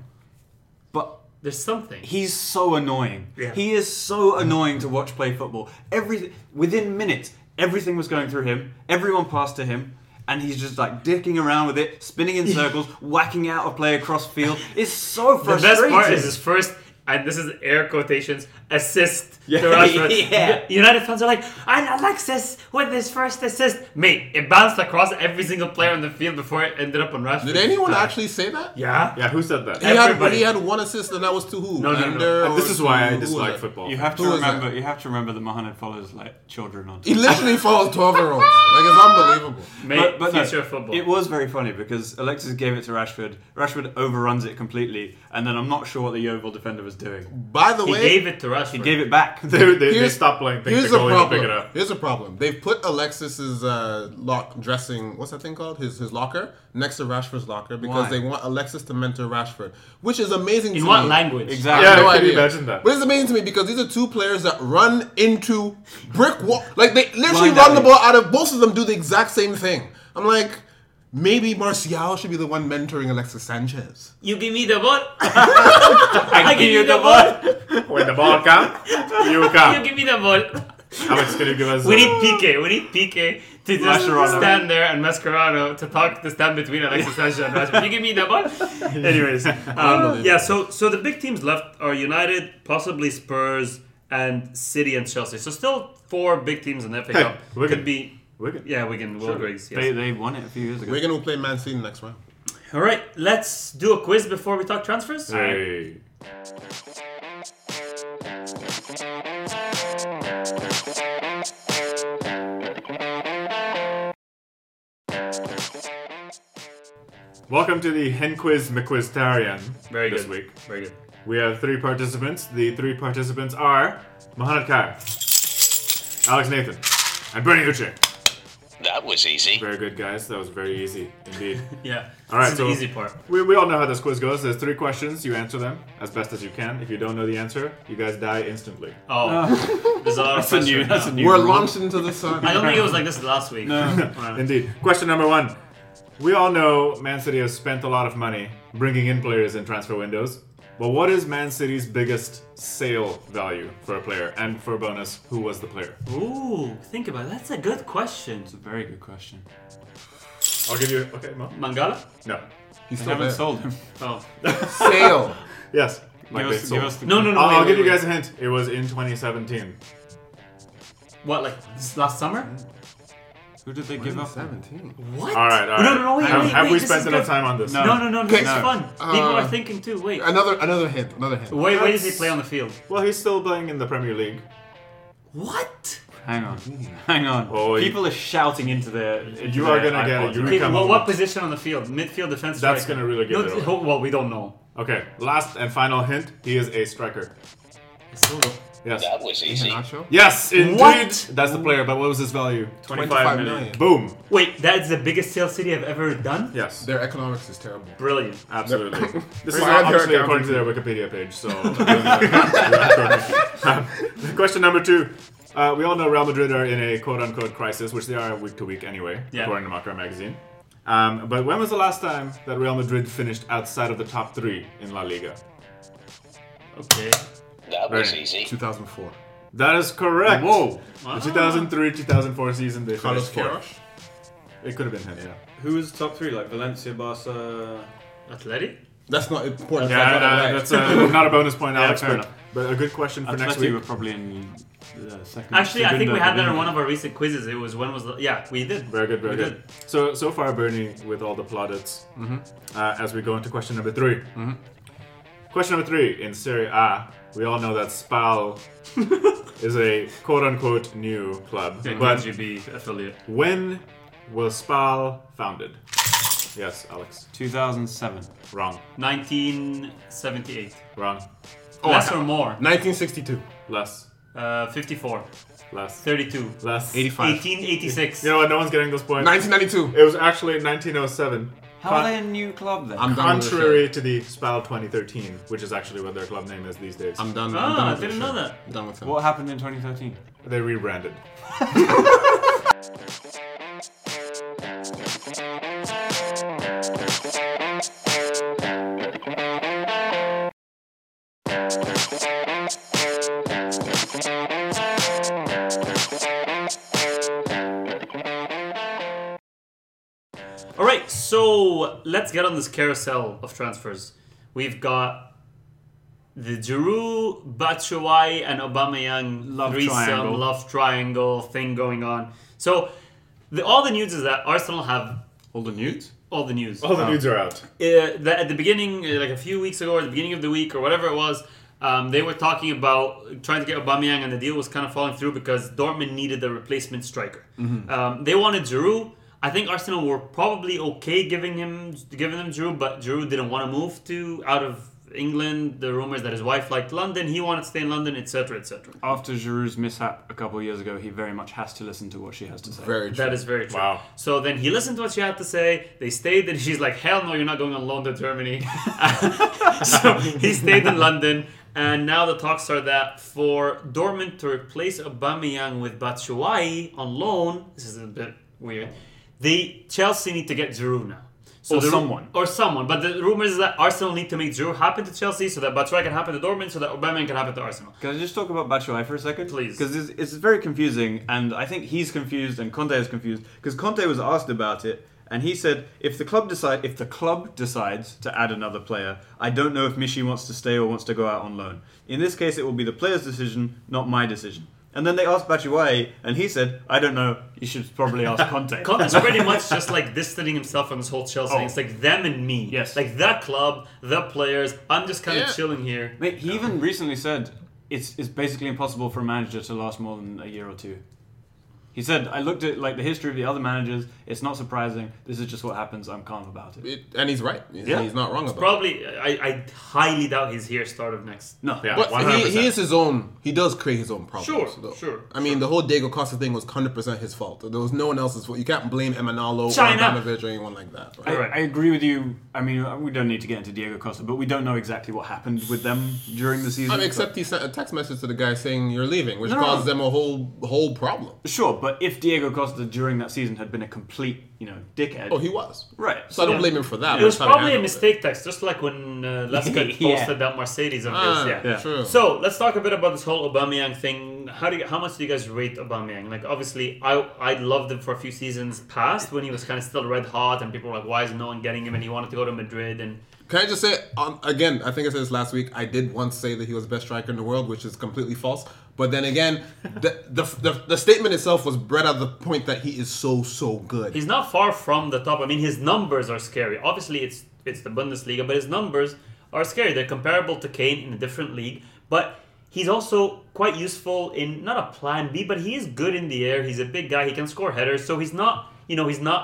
Speaker 1: but
Speaker 3: There's something.
Speaker 1: He's so annoying.
Speaker 3: Yeah.
Speaker 1: He is so annoying to watch play football. Everything within minutes, everything was going through him. Everyone passed to him, and he's just like dicking around with it, spinning <laughs> in circles, whacking out a play across <laughs> field. It's so
Speaker 3: the
Speaker 1: frustrating.
Speaker 3: best part is his first, and this is air quotations, assist
Speaker 1: <laughs> Yeah.
Speaker 3: to Rashford.
Speaker 1: Yeah.
Speaker 3: United fans are like, and Alexis with his first assist. Mate, it bounced across every single player on the field before it ended up on Rashford.
Speaker 4: Did anyone actually say that?
Speaker 3: Yeah.
Speaker 2: Yeah, who said that?
Speaker 4: He had, but
Speaker 3: Everybody.
Speaker 4: he had one assist, and that was to who?
Speaker 3: No, no, no.
Speaker 4: Ender
Speaker 2: And this
Speaker 4: or
Speaker 2: is
Speaker 4: to-
Speaker 2: why
Speaker 4: who
Speaker 2: I
Speaker 4: was
Speaker 2: dislike
Speaker 4: that?
Speaker 2: football.
Speaker 1: you have to
Speaker 4: Who is that?
Speaker 1: remember. You have to remember that Mohamed follows like children on.
Speaker 4: He literally follows twelve year olds. Like it's unbelievable.
Speaker 3: Mate,
Speaker 1: no,
Speaker 3: future football.
Speaker 1: It was very funny because Alexis gave it to Rashford. Rashford overruns it completely, and then I'm not sure what the Yeovil defender was doing.
Speaker 4: By the
Speaker 3: He
Speaker 4: way,
Speaker 3: gave it to Rushford.
Speaker 1: He gave it back.
Speaker 2: <laughs>
Speaker 1: <laughs>
Speaker 2: They, they, they
Speaker 4: Here's-
Speaker 2: stop playing things.
Speaker 4: Here's
Speaker 2: they
Speaker 4: a
Speaker 2: go in and pick it
Speaker 4: problem.
Speaker 2: up.
Speaker 4: Here's a problem. They've put Alexis's uh, lock dressing. What's that thing called? His his locker next to Rashford's locker because
Speaker 1: Why?
Speaker 4: they want Alexis to mentor Rashford, which is amazing.
Speaker 3: In
Speaker 4: to
Speaker 3: what
Speaker 4: me.
Speaker 3: language?
Speaker 1: Exactly.
Speaker 2: Yeah,
Speaker 4: no
Speaker 2: can you
Speaker 4: idea.
Speaker 2: imagine that?
Speaker 4: But it's amazing to me because these are two players that run into brick wall. Like they literally
Speaker 1: Blind
Speaker 4: run the
Speaker 1: alley.
Speaker 4: ball out of. Both of them do the exact same thing. I'm like, maybe Martial should be the one mentoring Alexis Sanchez.
Speaker 3: You give me the <laughs> ball.
Speaker 1: I give you the ball.
Speaker 2: When the ball comes, you
Speaker 3: You
Speaker 2: come.
Speaker 3: give me the ball.
Speaker 2: How much can you give us?
Speaker 3: We need PK. We need PK to just
Speaker 1: Mascherano.
Speaker 3: stand there and Mascherano to talk to stand between <laughs> Alexis Sanchez and Rashford. You give me the ball. <laughs> Anyways, um, yeah. So so the big teams left are United, possibly Spurs, and City and Chelsea. So still four big teams in the FA Cup.
Speaker 2: Wigan.
Speaker 3: Could be
Speaker 2: Wigan.
Speaker 3: yeah, Wigan, Will Griggs. Yes.
Speaker 1: They, they won it a few years ago.
Speaker 4: We're gonna play Man City next round.
Speaker 3: All right, let's do a quiz before we talk transfers.
Speaker 2: Hey. Welcome to the Henquiz McQuiztarian
Speaker 3: Very
Speaker 2: this
Speaker 3: good.
Speaker 2: week.
Speaker 3: Very good.
Speaker 2: We have three participants. The three participants are Mohamed Kar, Alex Nathan, and Bernie Uche.
Speaker 5: That was easy.
Speaker 2: Very good, guys. That was very easy indeed.
Speaker 3: Yeah.
Speaker 2: All right,
Speaker 3: This is
Speaker 2: so-
Speaker 3: the easy part.
Speaker 2: We, we all know how this quiz goes. There's three questions. You answer them as best as you can. If you don't know the answer, you guys die instantly.
Speaker 3: Oh, <laughs> there's a lot of
Speaker 1: that's a new.
Speaker 3: pressure
Speaker 1: That's a
Speaker 3: now.
Speaker 1: new.
Speaker 4: We're
Speaker 1: rule.
Speaker 4: launched into the
Speaker 2: <laughs>
Speaker 4: sun.
Speaker 3: I don't think it was like this last week.
Speaker 2: Indeed. Question number one. We all know Man City has spent a lot of money bringing in players in transfer windows. But what is Man City's biggest sale value for a player? And for a bonus, who was the player?
Speaker 3: Ooh, think about it. That's a good question.
Speaker 1: It's a very good question.
Speaker 2: I'll give you. Okay, Mo?
Speaker 3: Mangala?
Speaker 2: No.
Speaker 4: He's
Speaker 1: They
Speaker 4: still
Speaker 1: haven't
Speaker 4: there.
Speaker 1: sold him.
Speaker 3: Oh.
Speaker 4: Sale.
Speaker 2: <laughs> Yes. Like
Speaker 1: give
Speaker 2: they
Speaker 1: us,
Speaker 2: sold.
Speaker 1: give us the.
Speaker 3: No, no, no.
Speaker 2: I'll,
Speaker 3: wait,
Speaker 2: I'll
Speaker 3: wait,
Speaker 2: give
Speaker 3: wait.
Speaker 2: you guys a hint. It was in 2017.
Speaker 3: What, like this last summer?
Speaker 1: Who did they give up?
Speaker 4: Seventeen.
Speaker 3: What?
Speaker 2: All right, all right.
Speaker 3: No, no, no, wait,
Speaker 2: have
Speaker 3: wait,
Speaker 2: have
Speaker 3: wait,
Speaker 2: we
Speaker 3: this
Speaker 2: spent
Speaker 3: is
Speaker 2: enough
Speaker 3: good.
Speaker 2: time on this?
Speaker 1: No.
Speaker 3: No, no, no, no. This is
Speaker 1: No.
Speaker 3: fun. People
Speaker 4: Uh,
Speaker 3: are thinking too. Wait.
Speaker 4: Another another hint. Another hint.
Speaker 3: Wait, where does he
Speaker 2: that's-
Speaker 3: play on the field?
Speaker 2: Well, he's still playing in the Premier League.
Speaker 3: What?
Speaker 1: Hang on, hang on.
Speaker 2: Oh, you-
Speaker 1: People are shouting into their. Into
Speaker 2: You are
Speaker 1: their
Speaker 2: gonna get it.
Speaker 1: iPods.
Speaker 2: You
Speaker 3: Okay,
Speaker 2: come
Speaker 3: what,
Speaker 2: on.
Speaker 3: what position on the field? Midfield, defense,
Speaker 2: That's
Speaker 3: striker?
Speaker 2: gonna really give
Speaker 3: no,
Speaker 2: it
Speaker 3: th-
Speaker 2: away.
Speaker 3: Well, we don't know.
Speaker 2: Okay, last and final hint. He is a striker.
Speaker 3: Still,
Speaker 2: Yes.
Speaker 5: That was easy.
Speaker 4: Nacho.
Speaker 2: Yes, indeed.
Speaker 3: What?
Speaker 2: That's the player, but what was his value?
Speaker 4: 25 million.
Speaker 2: Boom.
Speaker 3: wait, that is the biggest sale city I've ever done?
Speaker 2: Yes.
Speaker 4: Their economics is terrible.
Speaker 3: Brilliant.
Speaker 2: Absolutely. This is
Speaker 4: Well, I've
Speaker 2: obviously
Speaker 4: heard
Speaker 2: according to their Wikipedia page, so. Um, Question number two. Uh, we all know Real Madrid are in a quote unquote crisis, which they are week to week anyway,
Speaker 3: Yeah.
Speaker 2: according to Macra magazine. Um, but when was the last time that Real Madrid finished outside of the top three in La Liga?
Speaker 3: Okay.
Speaker 5: That was
Speaker 2: Very.
Speaker 5: easy.
Speaker 4: 2004.
Speaker 2: That is correct.
Speaker 1: Whoa.
Speaker 2: The 2003 2004 season, they finished
Speaker 4: Carlos Queiroz.
Speaker 2: fourth. It could have been him, yeah.
Speaker 1: Who was top three? Like Valencia, Barca.
Speaker 3: Athletic?
Speaker 4: That's not important.
Speaker 2: Yeah,
Speaker 4: That's not
Speaker 2: uh,
Speaker 4: right.
Speaker 2: that's uh, not a bonus point, Alex.
Speaker 1: fair
Speaker 2: But,
Speaker 1: enough.
Speaker 2: but a good question for next
Speaker 1: Atleti
Speaker 2: week.
Speaker 1: were probably in the second.
Speaker 3: Actually, I think we
Speaker 1: Segunda
Speaker 3: had that
Speaker 1: division.
Speaker 3: in one of our recent quizzes. It was when was the. Yeah, we did.
Speaker 2: Very good, very
Speaker 3: We
Speaker 2: good. So so far, Bernie, with all the plaudits, uh, as we go into question number 3 Question number three in Serie A, we all know that <laughs> Spal is a quote-unquote new club,
Speaker 3: The
Speaker 2: but
Speaker 3: KGB affiliate.
Speaker 2: when was Spal founded? Yes, Alex.
Speaker 1: 2007.
Speaker 2: Wrong,
Speaker 3: 1978.
Speaker 2: wrong.
Speaker 1: Oh,
Speaker 3: Less or more?
Speaker 4: 1962.
Speaker 2: Less,
Speaker 3: Uh, 54.
Speaker 2: less,
Speaker 3: 32.
Speaker 2: less.
Speaker 3: 1886.
Speaker 2: You know what? No one's getting those points.
Speaker 4: 1992.
Speaker 2: It was actually 1907.
Speaker 1: How are they a new club then?
Speaker 4: I'm done. with this
Speaker 2: Contrary
Speaker 4: shit.
Speaker 2: to the Spal 2013, which is actually what their club name is these days.
Speaker 4: I'm done.
Speaker 3: Ah,
Speaker 4: I'm done
Speaker 3: I
Speaker 4: with this
Speaker 3: didn't know
Speaker 4: shit.
Speaker 3: that.
Speaker 4: I'm done with him.
Speaker 1: What happened in 2013?
Speaker 2: They rebranded.
Speaker 3: All right, so let's get on this carousel of transfers. We've got the Giroud, Batshuayi, and Aubameyang
Speaker 1: Love
Speaker 3: threesome
Speaker 1: triangle.
Speaker 3: love triangle thing going on. So the, all the news is that Arsenal have
Speaker 1: All the nudes?
Speaker 3: all the news.
Speaker 2: All the dudes are out.
Speaker 3: uh, the, at the beginning, uh, like a few weeks ago, or the beginning of the week, or whatever it was, um, they were talking about trying to get Aubameyang, and the deal was kind of falling through because Dortmund needed a replacement striker. Um, they wanted Giroud. I think Arsenal were probably okay giving him giving them Giroud, but Giroud didn't want to move to out of England, the rumors that his wife liked London, he wanted to stay in London, etc., etc.
Speaker 1: After Giroud's mishap a couple of years ago, he very much has to listen to what she has to say.
Speaker 4: Very true.
Speaker 3: That is very true.
Speaker 2: Wow.
Speaker 3: So then he listened to what she had to say. They stayed, and she's like, "Hell no, you're not going on loan to Germany." so he stayed in London, and now the talks are that for Dortmund to replace Aubameyang with Batshuayi on loan, this is a bit weird. They Chelsea need to get Giroud now. So
Speaker 1: Or
Speaker 3: the-
Speaker 1: someone.
Speaker 3: or someone. But the rumors is that Arsenal need to make Giroud happen to Chelsea so that Batshuayi can happen to Dortmund, so that Aubameyang can happen to Arsenal.
Speaker 1: Can I just talk about Batshuayi for a second?
Speaker 3: Please.
Speaker 1: Because it's, it's very confusing, and I think he's confused, and Conte is confused. Because Conte was asked about it, and he said, "If the club decide, if the club decides to add another player, I don't know if Mishi wants to stay or wants to go out on loan. In this case, it will be the player's decision, not my decision." And then they asked Batshuayi, and he said, "I don't know. You should probably ask Conte."
Speaker 3: Conte's pretty much just like distancing himself from this whole Chelsea. thing. It's like them and me.
Speaker 1: Yes.
Speaker 3: Like that club, the players. I'm just kind of
Speaker 4: Yeah.
Speaker 3: chilling here.
Speaker 1: Mate, he even recently said it's it's basically impossible for a manager to last more than a year or two. He said, "I looked at like the history of the other managers. It's not surprising. This is just what happens. I'm calm about it."
Speaker 4: It- and he's right. He's,
Speaker 1: Yeah.
Speaker 4: he's not wrong about it.
Speaker 3: Probably, I, I highly doubt he's here start of next.
Speaker 1: No,
Speaker 2: Yeah.
Speaker 4: But he,
Speaker 2: 100%.
Speaker 4: he is his own. He does create his own problems.
Speaker 3: Sure,
Speaker 4: though.
Speaker 3: sure,
Speaker 4: I mean, the whole Diego Costa thing was hundred percent his fault. There was no one else's fault. You can't blame Emanalo
Speaker 3: China.
Speaker 4: or Abramovich or anyone like that.
Speaker 1: I,
Speaker 4: Right?
Speaker 3: Alright.
Speaker 1: I agree with you. I mean, uh, we don't need to get into Diego Costa, but we don't know exactly what happened with them during the season.
Speaker 4: I mean, except he sent a text message to the guy saying you're leaving, which
Speaker 1: No, no,
Speaker 4: caused
Speaker 1: no.
Speaker 4: them a whole whole problem.
Speaker 1: But- sure, but if Diego Costa during that season had been a complete, you know, dickhead,
Speaker 4: Oh, he was.
Speaker 1: right?
Speaker 4: So I don't
Speaker 3: Yeah.
Speaker 4: blame him for that.
Speaker 3: It was
Speaker 4: That's how he
Speaker 3: probably a
Speaker 4: handled it.
Speaker 3: mistake text, just like when uh, Leska posted
Speaker 1: Yeah.
Speaker 3: that Mercedes of
Speaker 4: Ah,
Speaker 3: his. Yeah.
Speaker 1: Yeah.
Speaker 4: True.
Speaker 3: So let's talk a bit about this whole Aubameyang thing. How do you, how much do you guys rate Aubameyang? Like obviously, I I loved him for a few seasons past when he was kind of still red hot, and people were like, why is no one getting him? And he wanted to go to Madrid, and
Speaker 4: Can I just say um, again? I think I said this last week. I did once say that he was the best striker in the world, which is completely false. But then again, <laughs> the the, the, the statement itself was bred out of the point that he is so so good.
Speaker 3: He's not far from the top. I mean, his numbers are scary. Obviously, it's it's the Bundesliga, but his numbers are scary. They're comparable to Kane in a different league, but he's also quite useful in not a plan B, but he is good in the air. He's a big guy. He can score headers. So he's not, you know, he's not.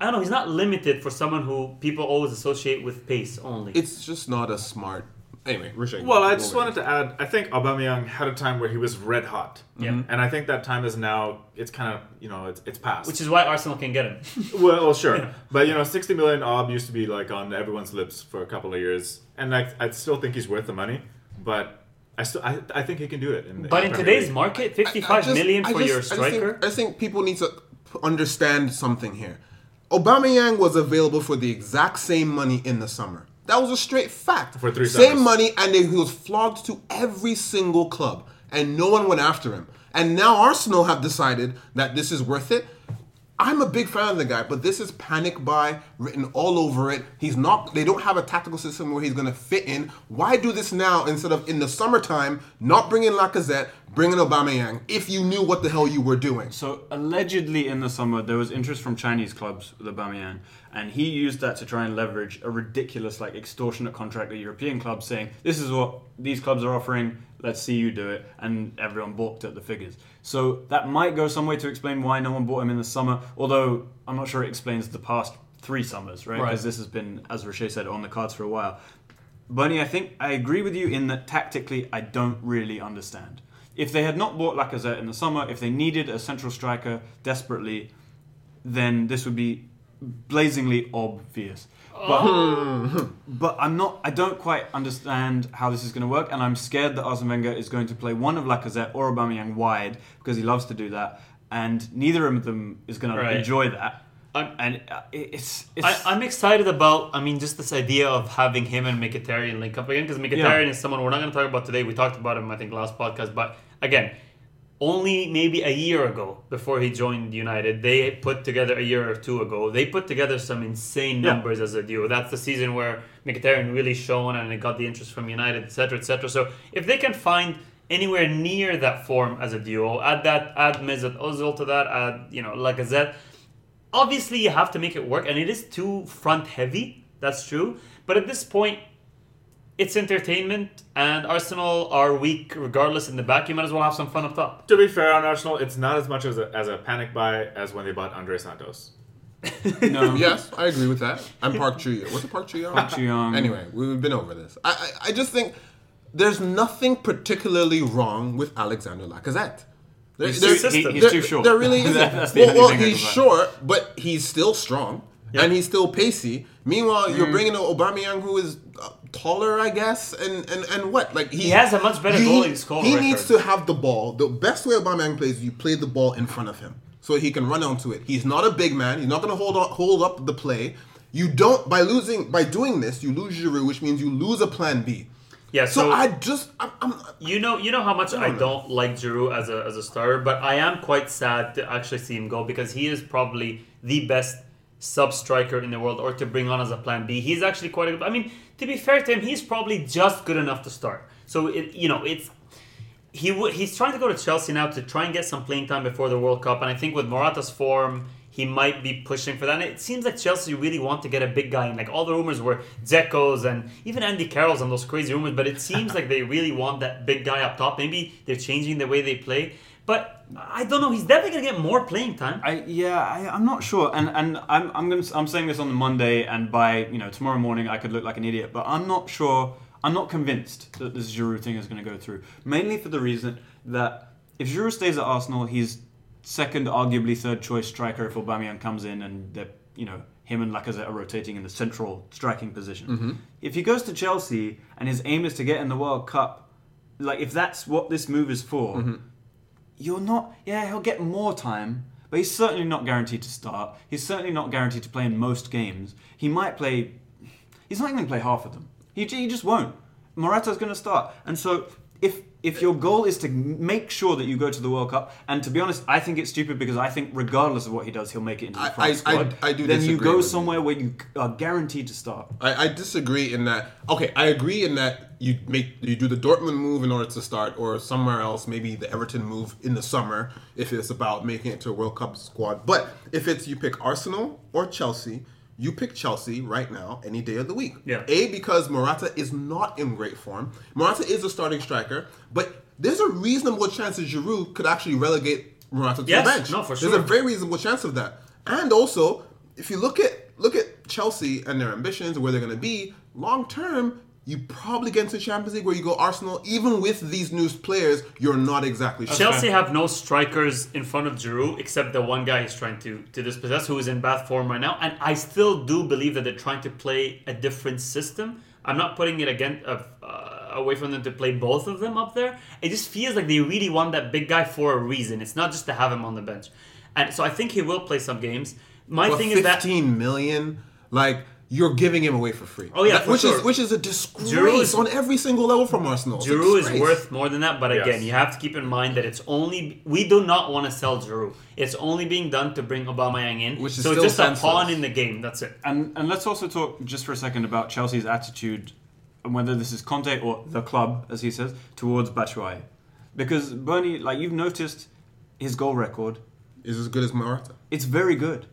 Speaker 3: I don't know. He's not limited for someone who people always associate with pace only.
Speaker 4: it's just not a smart. Anyway, Rishik.
Speaker 2: Well, I just wanted to add. I think Aubameyang had a time where he was red hot.
Speaker 3: Yeah.
Speaker 2: And I think that time is now. It's kind of you know it's, it's past.
Speaker 3: which is why Arsenal can get
Speaker 4: <laughs>
Speaker 3: him.
Speaker 2: well, well, sure. But you know, sixty million ob used to be like on everyone's lips for a couple of years, and I I still think he's worth the money, but. I, still, I, I think he can do it. In the
Speaker 3: But in
Speaker 2: Premier
Speaker 3: today's
Speaker 2: League.
Speaker 3: market,
Speaker 4: I
Speaker 3: fifty-five
Speaker 4: just-
Speaker 3: million
Speaker 4: I
Speaker 3: for
Speaker 4: just-
Speaker 3: your
Speaker 4: I just
Speaker 3: striker.
Speaker 4: think, I think people need to p- understand something here. Aubameyang was available for the exact same money in the summer. That was a straight fact.
Speaker 2: For three
Speaker 4: same
Speaker 2: summers.
Speaker 4: money, and then he was flogged to every single club, and no one went after him. And now Arsenal have decided that this is worth it. I'm a big fan of the guy, but this is panic buy written all over it. He's not. They don't have a tactical system where he's going to fit in. Why do this now instead of in the summertime? Not bringing Lacazette, bringing Aubameyang. If you knew what the hell you were doing.
Speaker 1: So allegedly in the summer there was interest from Chinese clubs with Aubameyang, and he used that to try and leverage a ridiculous, like extortionate contract at European clubs, saying this is what these clubs are offering. Let's see you do it, and everyone balked at the figures. So that might go some way to explain why no one bought him in the summer. Although I'm not sure it explains the past three summers, right? Because this has been, as Roche said, on the cards for a while. Bernie, I think I agree with you in that tactically I don't really understand. If they had not bought Lacazette in the summer, if they needed a central striker desperately, then this would be blazingly obvious. But, but I'm not. I don't quite understand how this is going to work, and I'm scared that Arsene Wenger is going to play one of Lacazette or Aubameyang wide because he loves to do that, and neither of them is going
Speaker 3: Right.
Speaker 1: to enjoy that.
Speaker 3: I'm-
Speaker 1: and uh, it- it's, it's
Speaker 3: I, I'm excited about, I mean, just this idea of having him and Mkhitaryan link up again because Mkhitaryan is someone we're not going to talk about today. We talked about him, I think, last podcast. But again, only maybe a year ago, before he joined United, they put together a year or two ago. They put together some insane numbers as a duo. That's the season where Mkhitaryan really shone and it got the interest from United, etc., etc. So if they can find anywhere near that form as a duo, add that, add Mesut Ozil to that, add you know Lacazette obviously you have to make it work and it is too front heavy that's true but at this point it's entertainment and arsenal are weak regardless in the back you might as well have some fun up top
Speaker 2: <laughs> To be fair on Arsenal, it's not as much as a, as a panic buy as when they bought Andre Santos.
Speaker 1: No.
Speaker 4: Yes, Um, I agree with that. And <laughs> Park Chu. What's a Park Chu? Park
Speaker 1: Chu-young.
Speaker 4: Anyway, we've been over this. I, I I just think there's nothing particularly wrong with Alexander Lacazette. There-
Speaker 1: He's
Speaker 4: there-
Speaker 1: too- he- he's
Speaker 4: there-
Speaker 1: too short.
Speaker 4: There really
Speaker 1: <laughs>
Speaker 4: isn't.
Speaker 1: That's the
Speaker 4: well,
Speaker 1: only
Speaker 4: well,
Speaker 1: thing I
Speaker 4: he's
Speaker 1: can find.
Speaker 4: short, but he's still strong and he's still pacey. Meanwhile,
Speaker 3: Mm.
Speaker 4: you're bringing an Aubameyang who is uh, taller, I guess, and and and what like
Speaker 3: He has a much better
Speaker 4: he-
Speaker 3: goal in score
Speaker 4: He
Speaker 3: record.
Speaker 4: needs to have the ball. The best way Aubameyang plays, you play the ball in front of him so he can run onto it. He's not a big man. He's not going to hold on, hold up the play. You don't by losing by doing this, you lose Giroud, which means you lose a plan B.
Speaker 3: yeah,
Speaker 4: So, I just I'm, I'm
Speaker 3: You know, you know how much I don't like Giroud as a as a starter, but I am quite sad to actually see him go because he is probably the best sub striker in the world, or to bring on as a plan B. He's actually quite a good. I mean, to be fair to him, he's probably just good enough to start. So it, you know, it's he w- he's trying to go to Chelsea now to try and get some playing time before the World Cup, and I think with Morata's form, he might be pushing for that. And it seems like Chelsea really want to get a big guy in. Like all the rumors were Zeko's and even Andy Carroll's and those crazy rumors, but it seems like they really want that big guy up top. Maybe they're changing the way they play, but I don't know. He's definitely gonna get more playing time.
Speaker 1: I, yeah, I, I'm not sure, and and I'm I'm gonna, I'm saying this on the Monday, and by you know tomorrow morning I could look like an idiot, but I'm not sure. I'm not convinced that this Giroud thing is going to go through, mainly for the reason that if Giroud stays at Arsenal, he's second, arguably third choice striker if Aubameyang comes in, and they're you know him and Lacazette are rotating in the central striking position. If he goes to Chelsea and his aim is to get in the World Cup, like if that's what this move is for you're not. Yeah, he'll get more time, but he's certainly not guaranteed to start. He's certainly not guaranteed to play in most games. He might play. He's not even going to play half of them. He, j- he just won't. Morata's going to start, and so if if your goal is to make sure that you go to the World Cup, and to be honest, I think it's stupid because I think regardless of what he does, he'll make it into the
Speaker 4: I-
Speaker 1: France
Speaker 4: I- I-
Speaker 1: squad.
Speaker 4: I do
Speaker 1: Then you
Speaker 4: disagree
Speaker 1: go
Speaker 4: with you.
Speaker 1: somewhere where you are guaranteed to start.
Speaker 4: I, I disagree in that. Okay, I agree in that you make you do the Dortmund move in order to start, or somewhere else, maybe the Everton move in the summer if it's about making it to a World Cup squad. But if it's you pick Arsenal or Chelsea, you pick Chelsea right now any day of the week.
Speaker 3: Yeah.
Speaker 4: A because Morata is not in great form. Morata is a starting striker, but there's a reasonable chance that Giroud could actually relegate Morata to
Speaker 3: Yes,
Speaker 4: the bench.
Speaker 3: no, for
Speaker 4: There's
Speaker 3: sure.
Speaker 4: a very reasonable chance of that. And also, if you look at look at Chelsea and their ambitions and where they're going to be long term, you probably get into Champions League where you go Arsenal. Even with these new players, you're not exactly sure.
Speaker 3: Chelsea have no strikers in front of Giroud except the one guy he's trying to, to dispossess who is in bad form right now. And I still do believe that they're trying to play a different system. I'm not putting it again uh, uh, away from them to play both of them up there. It just feels like they really want that big guy for a reason. It's not just to have him on the bench. And so I think he will play some games. My
Speaker 4: For
Speaker 3: thing is that
Speaker 4: 15 million, like you're giving him away for free.
Speaker 3: Oh, yeah,
Speaker 4: That-
Speaker 3: for
Speaker 4: which
Speaker 3: sure.
Speaker 4: is which is a disgrace
Speaker 3: Giroud is-
Speaker 4: on every single level from Arsenal. It's a
Speaker 3: Giroud is
Speaker 4: disgrace.
Speaker 3: worth more than that, but again,
Speaker 2: Yes.
Speaker 3: you have to keep in mind that it's only we do not want to sell Giroud. It's only being done to bring Aubameyang in,
Speaker 4: Which is
Speaker 3: so it's
Speaker 4: still
Speaker 3: just
Speaker 4: senseless.
Speaker 3: a pawn in the game. That's it.
Speaker 1: And and let's also talk just for a second about Chelsea's attitude and whether this is Conte or the club, as he says, towards Batshuayi. Because Bernie, like you've noticed his goal record,
Speaker 4: is as good as Morata.
Speaker 1: it's very good.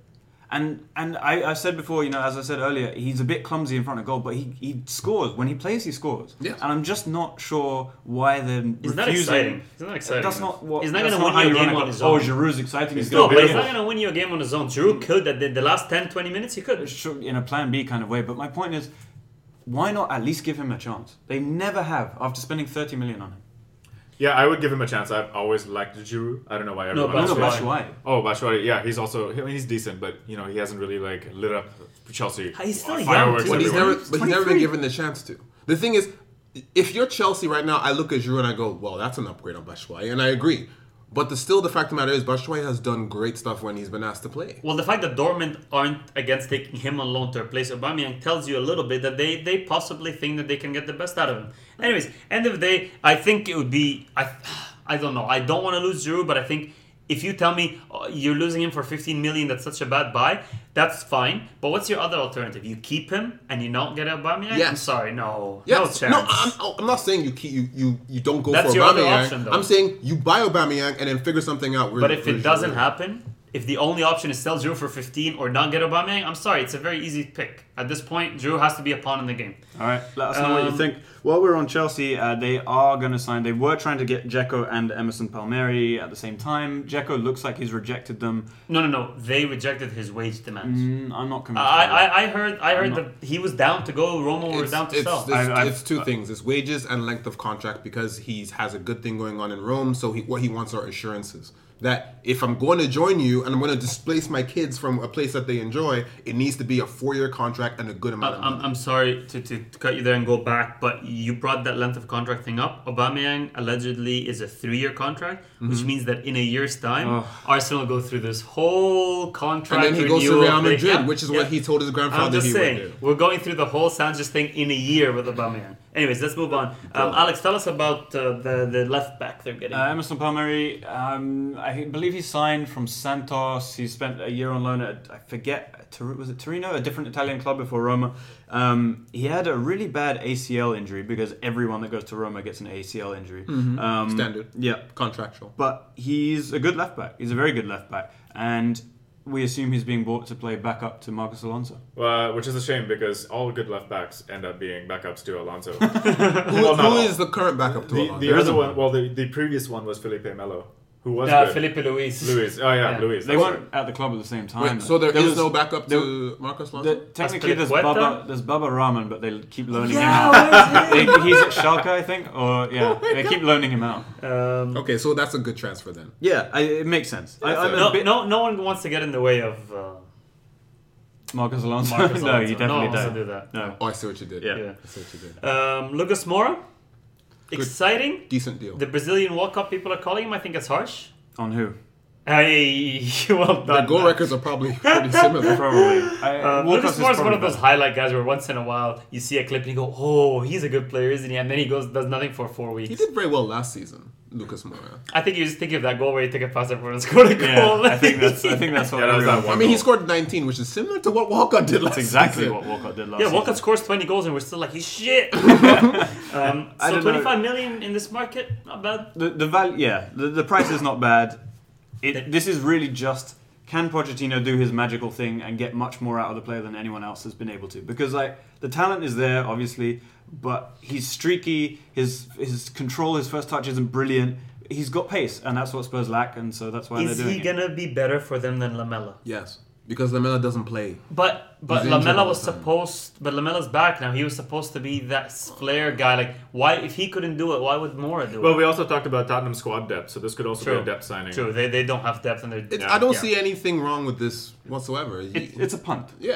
Speaker 1: And and I, I said before, you know, as I said earlier, he's a bit clumsy in front of goal, but he, he scores. When he plays he scores.
Speaker 4: Yes.
Speaker 1: And I'm just not sure why they're
Speaker 3: He's not
Speaker 1: refusing.
Speaker 3: exciting. He's not exciting.
Speaker 1: That's not what
Speaker 3: He's not
Speaker 1: that's
Speaker 3: going to win
Speaker 1: how
Speaker 3: you a
Speaker 1: run a
Speaker 3: game on
Speaker 1: club.
Speaker 3: his
Speaker 1: Oh
Speaker 3: own.
Speaker 1: Giroud's exciting, he's
Speaker 3: no,
Speaker 1: gonna
Speaker 3: but
Speaker 1: be
Speaker 3: he's not going to win you a game on his own. Giroud could at the, the last 10, 20 minutes. He could.
Speaker 1: sure, in a plan B kind of way. But my point is, why not at least give him a chance? They never have after spending 30 million on him.
Speaker 2: Yeah, I would give him a chance. I've always liked Giroud. I don't know why everyone
Speaker 3: but
Speaker 2: else
Speaker 1: No,
Speaker 3: That's
Speaker 1: no,
Speaker 2: does.
Speaker 1: that's
Speaker 3: why.
Speaker 1: why.
Speaker 2: Oh, Batshuayi, yeah, he's also I mean, he's decent, but you know he hasn't really like lit up Chelsea.
Speaker 3: He's still
Speaker 2: on
Speaker 3: young,
Speaker 2: fireworks
Speaker 3: too.
Speaker 4: But he's
Speaker 2: everywhere.
Speaker 4: never, but he's never
Speaker 1: 23.
Speaker 4: been given the chance to. The thing is, if you're Chelsea right now, I look at Giroud and I go, "Well, that's an upgrade on Batshuayi," and I agree. But the, still, the fact of the matter is, Batshuayi has done great stuff when he's been asked to play.
Speaker 3: Well, the fact that Dortmund aren't against taking him on loan to replace Aubameyang tells you a little bit that they, they possibly think that they can get the best out of him. Anyways, end of the day, I think it would be I I don't know. I don't want to lose Giroud, but I think if you tell me uh, you're losing him for 15 million, that's such a bad buy. That's fine. But what's your other alternative? You keep him and you don't get Aubameyang. I'm
Speaker 4: Yes.
Speaker 3: sorry, no, no
Speaker 4: Yes.
Speaker 3: chance.
Speaker 4: No, I'm, I'm not saying you keep you you, you don't go
Speaker 3: That's
Speaker 4: for
Speaker 3: your other
Speaker 4: Aubameyang.
Speaker 3: option, though.
Speaker 4: I'm saying you buy Aubameyang and then figure something out.
Speaker 3: But if it doesn't happen, if the only option is sell Drew for 15 or not get Aubameyang, I'm sorry, it's a very easy pick. At this point, Drew has to be a pawn in the game.
Speaker 1: All right, let us know what you
Speaker 3: Um,
Speaker 1: think. While we're on Chelsea, uh, they are going to sign. They were trying to get Jekko and Emerson Palmieri at the same time. Jekko looks like he's rejected them.
Speaker 3: No, no, no. They rejected his wage demands.
Speaker 1: Mm, I'm not convinced.
Speaker 3: I,
Speaker 1: by that.
Speaker 3: I, I heard I heard that he was down to go. Romo were
Speaker 4: It's,
Speaker 3: down to
Speaker 4: it's,
Speaker 3: sell.
Speaker 4: it's,
Speaker 1: I- I-
Speaker 4: it's two things: it's wages and length of contract because he has a good thing going on in Rome. So he, what he wants are assurances that if I'm going to join you and I'm going to displace my kids from a place that they enjoy, it needs to be a four-year contract and a good amount of
Speaker 3: I'm,
Speaker 4: money.
Speaker 3: I'm sorry to, to, to cut you there and go back, but you brought that length of contract thing up. Aubameyang allegedly is a three-year contract,
Speaker 4: Mm-hmm.
Speaker 3: which means that in a year's time, Arsenal go through this whole
Speaker 4: and
Speaker 3: contract.
Speaker 4: then he goes to
Speaker 3: renewal
Speaker 4: Real
Speaker 3: thing.
Speaker 4: Madrid,
Speaker 3: Yeah,
Speaker 4: which is
Speaker 3: yeah.
Speaker 4: what he told his
Speaker 3: I'm
Speaker 4: grandfather
Speaker 3: just
Speaker 4: he
Speaker 3: saying, Mm.
Speaker 4: would do.
Speaker 3: we're going through the whole Sanchez thing in a year with Aubameyang. Anyways, let's move on. Um, Alex, tell us about uh, the the left back they're getting.
Speaker 1: Uh, Emerson Palmieri, um, I believe he signed from Santos. He spent a year on loan at, I forget, Tor- was it Torino? A different Italian club before Roma. Um, he had a really bad ACL injury because everyone that goes to Roma gets an ACL injury.
Speaker 4: Mm-hmm.
Speaker 1: Um,
Speaker 4: Standard.
Speaker 1: Yeah.
Speaker 4: Contractual.
Speaker 1: But he's a good left back. He's a very good left back. And we assume he's being bought to play back up to Marcus Alonso.
Speaker 2: Uh, which is a shame because all good left backs end up being backups to Alonso.
Speaker 4: <laughs> Who,
Speaker 2: Well, not
Speaker 4: who
Speaker 2: all.
Speaker 4: is the current backup to
Speaker 2: the,
Speaker 4: Alonso?
Speaker 2: the other one, well, the, the previous one was Felipe Melo, who was
Speaker 3: uh,
Speaker 2: good.
Speaker 3: Felipe Luis.
Speaker 2: Luis. Oh yeah,
Speaker 3: Yeah.
Speaker 2: Luis.
Speaker 1: They
Speaker 2: that's
Speaker 1: weren't at the club at the same time.
Speaker 4: Wait, so there
Speaker 1: There
Speaker 4: is
Speaker 1: was-
Speaker 4: no backup
Speaker 1: there-
Speaker 4: to Marcus Alonso.
Speaker 1: The, technically, there's
Speaker 3: Aspilicueta?
Speaker 1: Baba, there's Baba Rahman, but they keep loaning
Speaker 3: Yeah,
Speaker 1: him out.
Speaker 3: where is he? Oh
Speaker 1: They, he's at Schalke, I think, or yeah, they keep loaning him out.
Speaker 3: Um,
Speaker 4: Okay, so that's a good transfer then.
Speaker 1: Yeah, I, it makes sense. I, I'm a
Speaker 3: no,
Speaker 1: bit-
Speaker 3: no, no one wants to get in the way of.
Speaker 1: <laughs>
Speaker 3: Uh,
Speaker 1: Marcus Alonso.
Speaker 3: Marcus
Speaker 1: <laughs> no,
Speaker 3: Alonso.
Speaker 1: you
Speaker 3: No
Speaker 1: definitely
Speaker 3: one wants
Speaker 1: don't.
Speaker 3: to do that.
Speaker 1: No.
Speaker 4: Oh, I see what you did.
Speaker 1: Yeah.
Speaker 3: Yeah.
Speaker 4: I see what you did.
Speaker 3: Um, Lucas Moura, exciting.
Speaker 4: Decent deal.
Speaker 3: The Brazilian World Cup people are calling him. I think it's harsh.
Speaker 1: On who?
Speaker 3: Hey, <laughs> well done.
Speaker 4: The goal
Speaker 3: man.
Speaker 4: records are probably pretty
Speaker 1: <laughs>
Speaker 4: similar.
Speaker 1: Probably. I,
Speaker 3: Uh,
Speaker 1: Walcott's
Speaker 3: Lucas Moura is
Speaker 1: probably
Speaker 3: one of those
Speaker 1: better.
Speaker 3: highlight guys where once in a while you see a clip and you go, "Oh, he's a good player, isn't he?" And then he goes does nothing for four
Speaker 4: He
Speaker 3: weeks.
Speaker 4: did very well last season, Lucas Moura.
Speaker 3: I think you just think of that goal where he took a pass everyone <laughs> scored a
Speaker 1: Yeah,
Speaker 3: goal.
Speaker 1: I
Speaker 3: <laughs>
Speaker 1: think that's. I think that's what.
Speaker 2: Yeah, that was
Speaker 1: everyone-
Speaker 2: that
Speaker 4: I
Speaker 2: one.
Speaker 4: mean, he scored 19, which is similar to what Walcott did last
Speaker 1: That's exactly
Speaker 4: season.
Speaker 1: what Walcott did last.
Speaker 3: Yeah,
Speaker 1: season.
Speaker 3: Walcott scores 20 goals and we're still like, he's shit. um,
Speaker 1: I
Speaker 3: so
Speaker 1: don't know.
Speaker 3: 25 million in this market, not bad.
Speaker 1: The, the value, yeah, the, the price is not bad. It, this is really just can Pochettino do his magical thing and get much more out of the player than anyone else has been able to? Because like the talent is there, obviously, but he's streaky. His his control, his first touch isn't brilliant. He's got pace, and that's what Spurs lack, and so that's why
Speaker 3: Is
Speaker 1: they're doing
Speaker 3: he
Speaker 1: it.
Speaker 3: gonna be better for them than Lamella?
Speaker 4: Yes, because Lamela doesn't play.
Speaker 3: But but
Speaker 4: He's injured all
Speaker 3: Lamella
Speaker 4: the
Speaker 3: was
Speaker 4: time.
Speaker 3: supposed, but Lamella's back now. He was supposed to be that flair guy. Like, why if he couldn't do it, why would Mora do
Speaker 2: Well,
Speaker 3: it?
Speaker 2: we also talked about Tottenham squad depth, so this could also be
Speaker 3: True.
Speaker 2: a depth signing.
Speaker 3: True, they, they don't have depth and they're.
Speaker 4: It's, I don't
Speaker 3: yeah.
Speaker 4: see anything wrong with this whatsoever. He-
Speaker 1: It, it's a punt.
Speaker 4: yeah,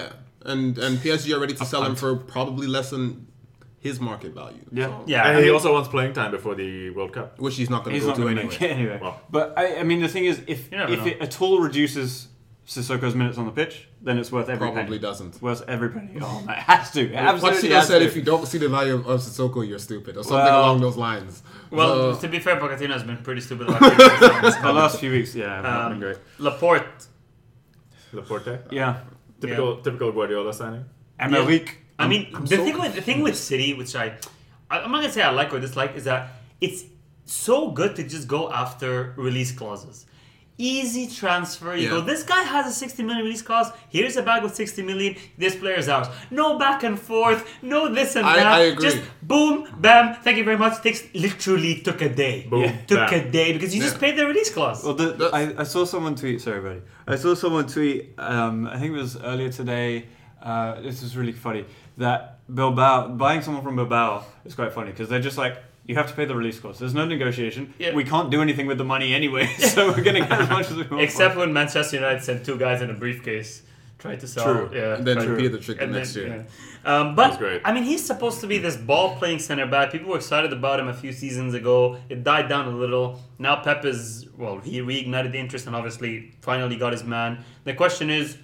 Speaker 4: and and PSG are ready to sell him for probably less than his market value.
Speaker 1: Yeah.
Speaker 4: So-
Speaker 3: Yeah,
Speaker 2: And
Speaker 3: I
Speaker 2: he
Speaker 3: mean-
Speaker 2: also wants playing time before the World Cup.
Speaker 4: which he's not going
Speaker 1: He's
Speaker 4: to go
Speaker 1: not
Speaker 4: to
Speaker 1: going to
Speaker 4: anyway.
Speaker 1: make it <laughs> anyway.
Speaker 2: Well.
Speaker 1: but I, I mean, the thing is, if
Speaker 3: You never
Speaker 1: if
Speaker 3: know.
Speaker 1: it at all reduces Sissoko's minutes on the pitch, then it's worth every
Speaker 4: Probably
Speaker 1: penny.
Speaker 4: doesn't.
Speaker 1: Worth every penny. Oh, <laughs> man, it has to. It absolutely
Speaker 4: Pochettino
Speaker 1: has
Speaker 4: said,
Speaker 1: to.
Speaker 4: "If you don't see the value of, of Sissoko, you're stupid," or something
Speaker 1: Well-
Speaker 4: along those lines.
Speaker 3: Well,
Speaker 1: <laughs>
Speaker 4: So-
Speaker 3: to be fair, Pochettino has been pretty stupid. about it.
Speaker 1: the last few weeks, yeah, have not been
Speaker 3: um,
Speaker 1: great.
Speaker 3: Laporte.
Speaker 2: Laporte.
Speaker 1: Yeah,
Speaker 2: Typical, typical Guardiola signing.
Speaker 1: Emerick.
Speaker 3: I mean, the
Speaker 4: so
Speaker 3: thing with the thing with City, which I, I I'm not gonna say I like or dislike, is that it's so good to just go after release clauses. Easy transfer. You go.
Speaker 4: Yeah.
Speaker 3: This guy has a 60 million release clause. Here's a bag with 60 million. This player is ours. No back and forth. No this and
Speaker 4: I-
Speaker 3: that.
Speaker 4: I agree.
Speaker 3: Just boom, bam. Thank you very much. Takes literally took a day.
Speaker 2: Boom,
Speaker 3: Took
Speaker 2: bam.
Speaker 3: a day because you just
Speaker 4: Yeah.
Speaker 3: paid the release clause.
Speaker 1: Well, the,
Speaker 4: That's-
Speaker 1: I, I saw someone tweet. Sorry, buddy. I saw someone tweet. Um, I think it was earlier today. Uh, this is really funny. That Bilbao buying someone from Bilbao is quite funny because they're just like. You have to pay the release cost. There's no negotiation.
Speaker 3: Yeah.
Speaker 1: We can't do anything with the money anyway, <laughs> so we're gonna get as much as we want.
Speaker 3: Except when Manchester United sent two guys in a briefcase, tried to sell.
Speaker 1: True.
Speaker 3: Yeah,
Speaker 4: And then
Speaker 3: tried-
Speaker 4: repeated the trick the
Speaker 3: and
Speaker 4: next
Speaker 3: then-
Speaker 4: year.
Speaker 3: yeah. Um, but
Speaker 2: was great.
Speaker 3: I mean, he's supposed to be this ball-playing center back. People were excited about him a few seasons ago. It died down a little. Now Pep is well, he reignited the interest and obviously finally got his man. The question is,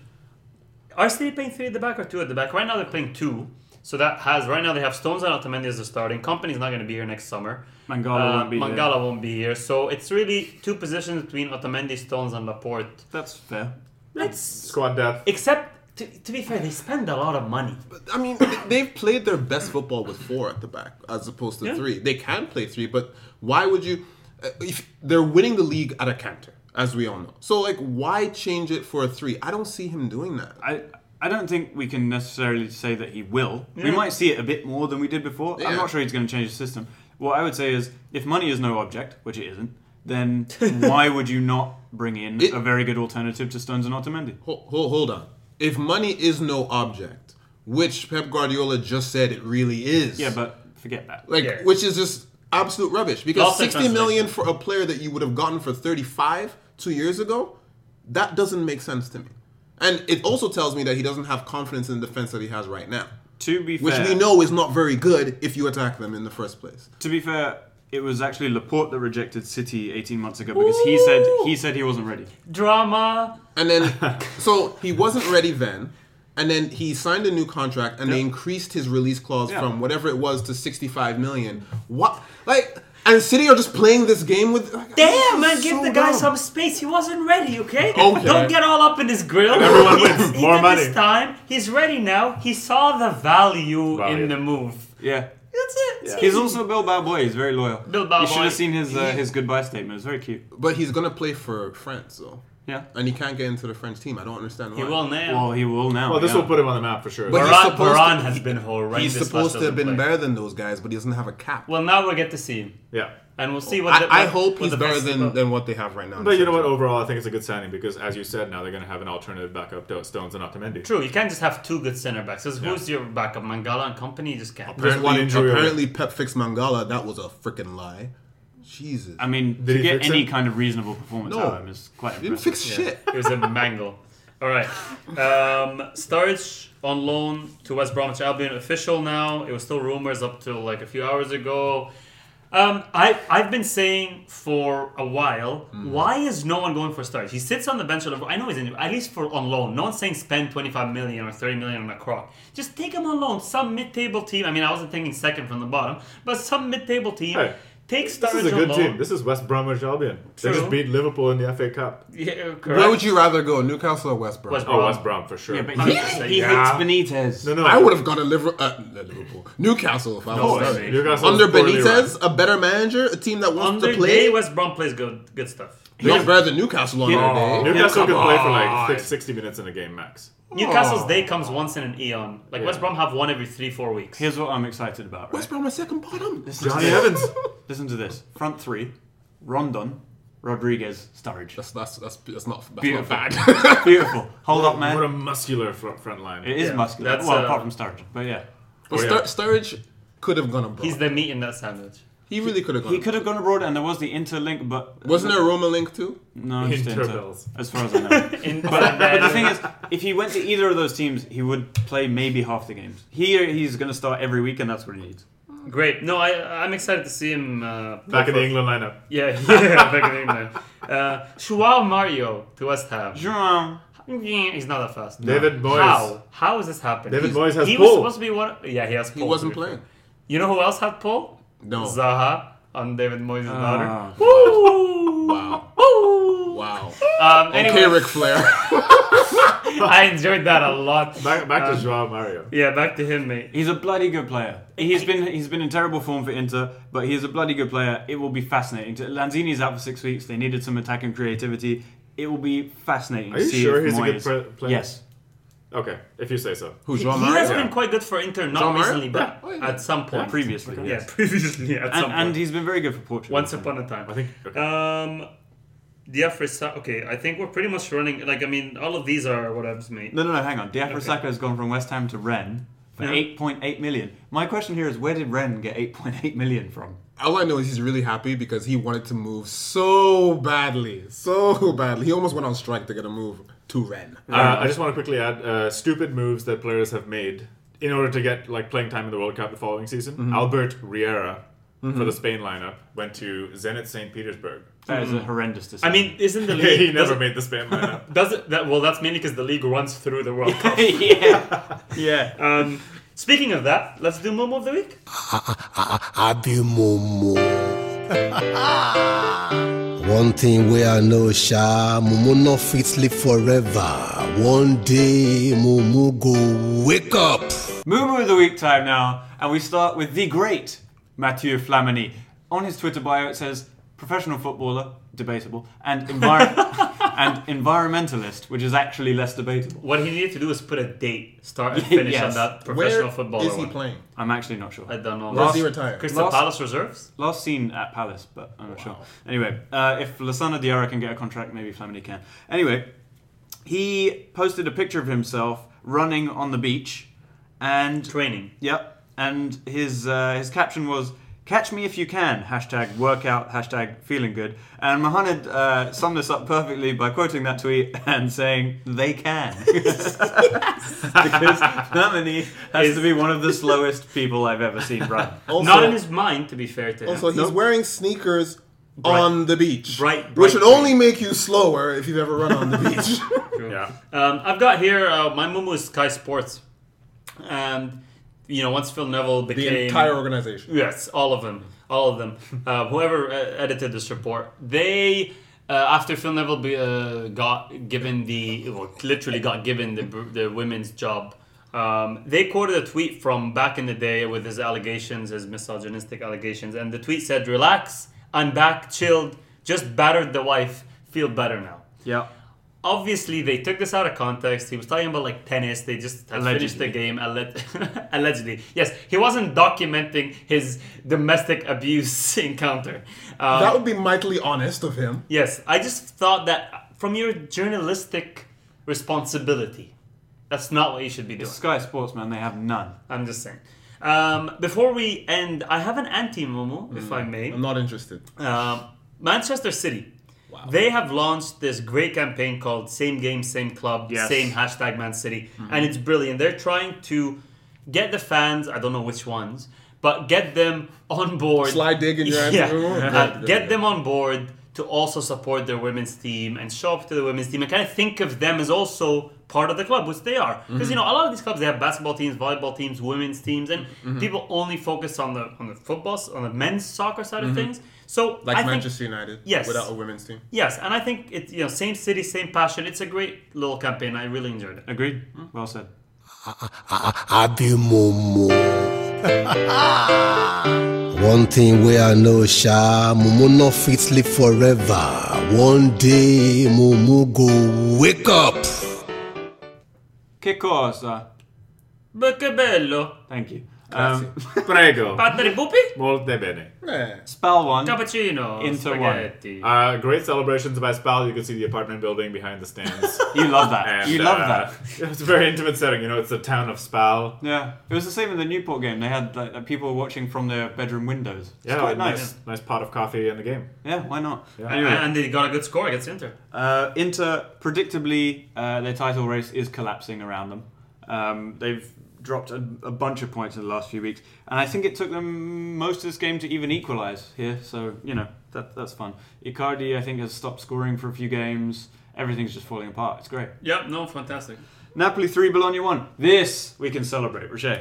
Speaker 3: are City playing three at the back or two at the back? Right now they're playing two. So that has right now they have Stones and Otamendi as the starting. Company's not going to be here next summer.
Speaker 1: Mangala
Speaker 3: Uh,
Speaker 1: won't be here.
Speaker 3: Mangala won't be here. So it's really two positions between Otamendi, Stones, and Laporte.
Speaker 1: That's fair.
Speaker 3: Let's
Speaker 2: Squad depth.
Speaker 3: except to, to be fair, they spend a lot of money.
Speaker 4: I mean, th- they've played their best football with four at the back as opposed to three. They can play three, but why would you? uh, If they're winning the league at a canter, as we all know. So like, why change it for a three? I don't see him doing that.
Speaker 1: I I don't think we can necessarily say that he will. We might see it a bit more than we did before. I'm
Speaker 4: Yeah.
Speaker 1: not sure he's going to change the system. What I would say is, if money is no object, which it isn't,
Speaker 4: <laughs>
Speaker 1: then why would you not bring in
Speaker 4: It-
Speaker 1: a very good alternative to Stones and Otamendi?
Speaker 4: Hold, hold, hold on. If money is no object, which Pep Guardiola just said it really is.
Speaker 1: Yeah, but forget that.
Speaker 4: like
Speaker 3: Yeah.
Speaker 4: which is just absolute rubbish because
Speaker 3: Lost in
Speaker 4: 60 million for a player that you would have gotten for 35 2 years ago that doesn't make sense to me and it also tells me that he doesn't have confidence in the defense that he has right now
Speaker 1: To be
Speaker 4: which
Speaker 1: fair,
Speaker 4: we know is not very good if you attack them in the first place
Speaker 1: To be fair, it was actually Laporte that rejected City 18 months ago because he said he said he wasn't ready.
Speaker 3: Drama. <laughs>
Speaker 4: and then so he wasn't ready then and then he signed a new contract and they increased his release clause
Speaker 1: Yeah.
Speaker 4: from whatever it was to 65 million what like and city are just playing this game with like,
Speaker 3: Damn, man,
Speaker 4: so
Speaker 3: give the guy
Speaker 4: dumb.
Speaker 3: some space. He wasn't
Speaker 2: <laughs>
Speaker 3: ready, okay?
Speaker 4: Okay.
Speaker 3: Don't get all up in his grill.
Speaker 2: everyone wins.
Speaker 3: <laughs> he
Speaker 2: More
Speaker 3: did
Speaker 2: money.
Speaker 3: This time, he's ready now. He saw the value
Speaker 2: Value.
Speaker 3: in the move.
Speaker 1: Yeah.
Speaker 3: That's it. It's
Speaker 1: He's
Speaker 3: easy.
Speaker 1: also a Bilbao boy. He's very loyal.
Speaker 3: Bilbao
Speaker 1: you should
Speaker 3: boy.
Speaker 1: have seen his uh, his goodbye statement. It's very cute.
Speaker 4: But he's gonna play for France though,
Speaker 1: Yeah.
Speaker 4: and he can't get into the French team. I don't understand why.
Speaker 3: He will now.
Speaker 1: Well, he will now.
Speaker 2: Well, Oh, this
Speaker 1: yeah.
Speaker 2: will put him on the map for sure.
Speaker 4: But- he's
Speaker 3: Varane,
Speaker 4: supposed to-
Speaker 3: Varane has been horrendous.
Speaker 4: He's
Speaker 3: last
Speaker 4: supposed to have been
Speaker 3: doesn't play.
Speaker 4: better than those guys, but he doesn't have a cap.
Speaker 3: Well, now we'll get to see him,
Speaker 2: yeah.
Speaker 3: and we'll see what.
Speaker 4: I,
Speaker 3: the,
Speaker 4: I
Speaker 3: what-
Speaker 4: hope
Speaker 3: what
Speaker 4: he's
Speaker 3: the
Speaker 4: better
Speaker 3: best-
Speaker 4: than, than what they have right now. in
Speaker 2: But you know what?
Speaker 4: French.
Speaker 2: Overall, I think it's a good signing because, as you said, now they're going to have an alternative backup to Stones and Otamendi.
Speaker 3: True, you can't just have two good center backs. 'cause who's your backup, Mangala and company? You just can't.
Speaker 2: There's one
Speaker 4: Apparently,
Speaker 2: injury.
Speaker 4: apparently Pep fixed Mangala. That was a freaking lie. Jesus,
Speaker 1: I mean,
Speaker 2: Did
Speaker 1: to
Speaker 2: he
Speaker 1: get
Speaker 2: fix
Speaker 1: any
Speaker 2: it?
Speaker 1: kind of reasonable performance
Speaker 4: No.
Speaker 1: out of him is quite
Speaker 4: didn't
Speaker 1: impressive.
Speaker 4: fix shit.
Speaker 3: It was a mangle. All right. Um, Sturridge on loan to West Bromwich Albion official now. It was still rumors up till like a few hours ago. Um, I, I've been saying for a while,
Speaker 2: Hmm.
Speaker 3: why is no one going for Sturridge? He sits on the bench. Of, I know he's in, at least for on loan. No one's saying spend 25 million or 30 million on a croc. Just take him on loan. Some mid-table team. I mean, I wasn't thinking second from the bottom, but some mid-table team.
Speaker 2: Hey,
Speaker 3: Take Sturridge
Speaker 2: This is a good
Speaker 3: on
Speaker 2: team.
Speaker 3: loan.
Speaker 2: This is West Bromwich Albion. They
Speaker 3: True.
Speaker 2: just beat Liverpool in the FA Cup.
Speaker 3: Yeah, correct.
Speaker 4: Where would you rather go, Newcastle or West Brom?
Speaker 3: West
Speaker 2: Oh,
Speaker 3: Brom.
Speaker 2: West Brom for sure.
Speaker 1: Yeah, but
Speaker 3: he-
Speaker 1: he,
Speaker 3: Yeah.
Speaker 1: he
Speaker 3: he
Speaker 1: hates Benitez.
Speaker 2: no, no.
Speaker 4: I would have gone to Liver- uh, not Liverpool, Newcastle if I
Speaker 2: No,
Speaker 4: was
Speaker 3: way.
Speaker 4: there.
Speaker 2: you guys are
Speaker 4: Under
Speaker 2: poorly
Speaker 4: Benitez, a better manager, a team that wants
Speaker 3: Under
Speaker 4: to play.
Speaker 3: day, West Brom plays good, good stuff.
Speaker 4: They're better than Newcastle on their
Speaker 2: run.
Speaker 4: day.
Speaker 2: Oh, Newcastle
Speaker 1: Yeah,
Speaker 2: can
Speaker 1: come
Speaker 2: play for like
Speaker 1: on.
Speaker 2: six- 60 minutes in a game max. Oh.
Speaker 3: Newcastle's day comes once in an eon. Like West Brom have one every three, four weeks.
Speaker 1: Here's what I'm excited about. Right?
Speaker 4: West Brom are second bottom.
Speaker 1: Listen to
Speaker 2: Johnny
Speaker 1: this.
Speaker 2: Evans.
Speaker 1: Listen to this. Front three: Rondon, Rodriguez, Sturridge.
Speaker 4: That's that's that's, that's not that's
Speaker 1: Beautiful.
Speaker 4: not bad.
Speaker 1: Beautiful. Hold up,
Speaker 2: What a
Speaker 1: man.
Speaker 2: muscular front, front line.
Speaker 1: It is
Speaker 3: Yeah,
Speaker 1: muscular.
Speaker 3: that's,
Speaker 1: well,
Speaker 3: uh,
Speaker 1: apart from Sturridge, but yeah.
Speaker 4: <laughs> But
Speaker 2: Oh, yeah.
Speaker 4: Stur- Sturridge could have gone abroad.
Speaker 3: He's the meat in that sandwich.
Speaker 4: he really could have gone.
Speaker 1: He could have gone abroad, and there was the interlink, but
Speaker 4: Wasn't there a Roma link too?
Speaker 1: no just
Speaker 2: Inter
Speaker 1: Inter,
Speaker 2: Bills.
Speaker 1: as far as I know.
Speaker 3: In
Speaker 1: but, but the thing is, if he went to either of those teams, he would play maybe half the games. Here, he's going to start every week, and that's what he needs.
Speaker 3: great. No, I, I'm excited to see him uh, play
Speaker 2: Back in
Speaker 3: for-
Speaker 2: the England lineup.
Speaker 3: Yeah, <laughs> yeah, back in the England. Uh, Joao Mario to West Ham.
Speaker 1: Jerome.
Speaker 3: Yeah, He's not that fast.
Speaker 2: David Moyes.
Speaker 3: How? How is this happening?
Speaker 2: David
Speaker 3: He's-
Speaker 2: Moyes has
Speaker 3: He was
Speaker 2: pull.
Speaker 3: supposed to be one. Yeah, he has.
Speaker 4: He
Speaker 3: pull,
Speaker 4: wasn't
Speaker 3: to be fair.
Speaker 4: playing.
Speaker 3: You know who else had pull?
Speaker 4: No.
Speaker 3: Zaha on David Moyes' daughter.
Speaker 2: <laughs>
Speaker 1: Ah.
Speaker 3: Woo!
Speaker 4: Wow.
Speaker 3: Woo! <laughs>
Speaker 4: Wow.
Speaker 3: Um,
Speaker 4: Okay,
Speaker 3: anyway,
Speaker 4: Ric Flair.
Speaker 3: <laughs> I enjoyed that a lot.
Speaker 2: Back, back to Joao Mario.
Speaker 3: Yeah, back to him, mate.
Speaker 1: He's a bloody good player. He's been he's been in terrible form for Inter, but he is a bloody good player. It will be fascinating. To, Lanzini's out for six weeks. They needed some attack and creativity. It will be fascinating.
Speaker 2: Are
Speaker 1: to
Speaker 2: you
Speaker 1: see
Speaker 2: sure
Speaker 1: if
Speaker 2: he's a good
Speaker 1: Moyes-
Speaker 2: pre- player?
Speaker 1: Yes.
Speaker 2: Okay, if you say so.
Speaker 4: Who,
Speaker 3: He
Speaker 4: Joao
Speaker 3: has
Speaker 4: Mario?
Speaker 3: been quite good for Inter, not
Speaker 4: Joao Mario?
Speaker 3: recently, but
Speaker 4: Yeah. Oh, yeah.
Speaker 3: at some point.
Speaker 1: Previously,
Speaker 3: Yeah, <laughs>
Speaker 1: yes.
Speaker 3: previously, at some
Speaker 1: And, and
Speaker 3: point.
Speaker 1: he's been very good for Portugal.
Speaker 3: Once upon a time.
Speaker 2: I think. Okay.
Speaker 3: Um, Diafra Sa- okay, I think we're pretty much running. Like, I mean, all of these are whatevs, mate.
Speaker 1: No, no, no. Hang on. Diafra Saka has gone from West Ham to Rennes for
Speaker 3: Yeah.
Speaker 1: 8.8 million. My question here is, where did Rennes get 8.8 million from?
Speaker 4: All I know is he's really happy because he wanted to move so badly. So badly. He almost went on strike to get a move to Ren.
Speaker 2: Uh, I just want to quickly add uh, stupid moves that players have made in order to get like playing time in the World Cup the following season. Albert Riera for the Spain lineup went to Zenit Saint Petersburg.
Speaker 1: That is a horrendous decision.
Speaker 3: I mean, isn't <laughs> the league.
Speaker 2: he never
Speaker 3: doesn't-
Speaker 2: made the Spain lineup.
Speaker 3: Does it that well? That's mainly because the league runs through the World <laughs>
Speaker 1: <laughs>
Speaker 3: Cup.
Speaker 1: yeah, yeah.
Speaker 3: Um, speaking of that, let's do Momo of the week.
Speaker 6: Happy Momo. <laughs> One thing where I know, Sha, Momo not fit sleep forever. One day, Momo go wake up.
Speaker 1: Mumu of the week time now, and we start with the great Mathieu Flamini. On his Twitter bio, it says, professional footballer, debatable, and, envir- <laughs> and environmentalist, which is actually less debatable.
Speaker 3: What he needed to do is put a date, start <laughs> and finish
Speaker 1: Yes.
Speaker 3: on that professional
Speaker 4: Where
Speaker 3: footballer.
Speaker 4: is he
Speaker 3: one.
Speaker 4: playing?
Speaker 1: I'm actually not sure.
Speaker 3: I don't know.
Speaker 4: Where's he
Speaker 1: Last-
Speaker 4: retired?
Speaker 3: Crystal
Speaker 1: Last-
Speaker 3: Palace reserves.
Speaker 1: Last seen at Palace, but I'm not sure. Anyway, uh, if Lasana Diarra can get a contract, maybe Flamini can. Anyway, he posted a picture of himself running on the beach, and
Speaker 3: Training.
Speaker 1: Yep. And his uh, his caption was "Catch me if you can." Hashtag workout. Hashtag feeling good. And Mohamed uh, summed this up perfectly by quoting that tweet <laughs> and saying, "They can," <laughs> because Germany has to be one of the slowest people I've ever seen
Speaker 2: <laughs>
Speaker 1: run.
Speaker 4: Also,
Speaker 3: Not in his mind, to be fair to him.
Speaker 4: also he's wearing sneakers on the beach.
Speaker 3: Bright- bright
Speaker 4: which would
Speaker 3: green.
Speaker 4: only make you slower if you've ever run on the
Speaker 3: <laughs>
Speaker 4: beach.
Speaker 2: Yeah.
Speaker 3: Um, I've got here uh, my mumu is Sky Sports, and you know once Phil Neville
Speaker 4: the
Speaker 3: became
Speaker 4: entire organization.
Speaker 3: yes, all of them, all of
Speaker 4: <laughs>
Speaker 3: them. Uh, whoever uh, edited this report, they uh, after Phil Neville be, uh, got given the well, literally got given the br- the women's job. Um, they quoted a tweet from back in the day with his allegations, his misogynistic allegations, and the tweet said, "Relax, I'm back, chilled, just battered the wife, feel better now."
Speaker 1: Yep.
Speaker 3: obviously they took this out of context. He was talking about like tennis. They just had finished the game. Alle- <laughs> allegedly, yes, he wasn't documenting his domestic abuse <laughs> encounter. Um,
Speaker 4: That would be mightily honest of him.
Speaker 3: yes, I just thought that from your journalistic responsibility, that's not what you should be doing.
Speaker 1: Sky Sports, man, they have none.
Speaker 3: I'm just saying. Um, before we end, I have an anti Momo, if I may.
Speaker 4: I'm not interested.
Speaker 3: Um, Manchester City. They have launched this great campaign called Same Game, Same Club, Same Hashtag Man City. And it's brilliant. They're trying to get the fans, I don't know which ones, but get them on board.
Speaker 4: Slide dig in your
Speaker 3: <laughs> yeah.
Speaker 4: anti-Momo?
Speaker 3: Uh,
Speaker 4: Yeah, yeah,
Speaker 3: Get
Speaker 4: yeah.
Speaker 3: them on board to also support their women's team and show up to the women's team and kind of think of them as also part of the club, which they are. Because you know, a lot of these clubs they have basketball teams, volleyball teams, women's teams, and people only focus on the on the football s- on the men's soccer side of things. So
Speaker 4: Like
Speaker 3: I think-
Speaker 4: Manchester United.
Speaker 3: Yes.
Speaker 4: Without a women's team.
Speaker 3: yes, and I think it's you know, same city, same passion. It's a great little campaign. I really enjoyed it.
Speaker 1: Agreed. Hmm. Well said.
Speaker 6: Abi Momo. <laughs> One thing where I know, Sha, Momo no fit live forever. One day, Momo go wake up.
Speaker 1: Che cosa?
Speaker 3: But che bello.
Speaker 1: uh, Thank you. Um,
Speaker 2: Prego. <laughs>
Speaker 3: Patri pupi?
Speaker 2: Molte bene.
Speaker 4: Eh.
Speaker 1: spell one.
Speaker 3: Cappuccino.
Speaker 1: Inter one.
Speaker 3: spaghetti.
Speaker 2: Uh, great celebrations by Spal. You can see the apartment building behind the stands.
Speaker 1: <laughs> You love that.
Speaker 2: And,
Speaker 1: you love
Speaker 2: uh,
Speaker 1: that.
Speaker 2: <laughs> It's a very intimate setting. You know, it's the town of Spal.
Speaker 1: Yeah, it was the same in the Newport game. They had like, like, people watching from their bedroom windows. It's
Speaker 2: Yeah,
Speaker 1: quite
Speaker 2: a
Speaker 1: nice.
Speaker 2: nice, nice pot of coffee in the game.
Speaker 1: Yeah, why not? Anyway,
Speaker 3: and they got a good score against Inter.
Speaker 1: uh, Inter predictably uh, their title race is collapsing around them. Um, they've dropped a, a bunch of points in the last few weeks, and I think it took them most of this game to even equalise here. So you know that that's fun. Icardi, I think, has stopped scoring for a few games. Everything's just falling apart. It's great.
Speaker 3: Yep, no, fantastic.
Speaker 1: Napoli three, Bologna one. This we can celebrate, Roger.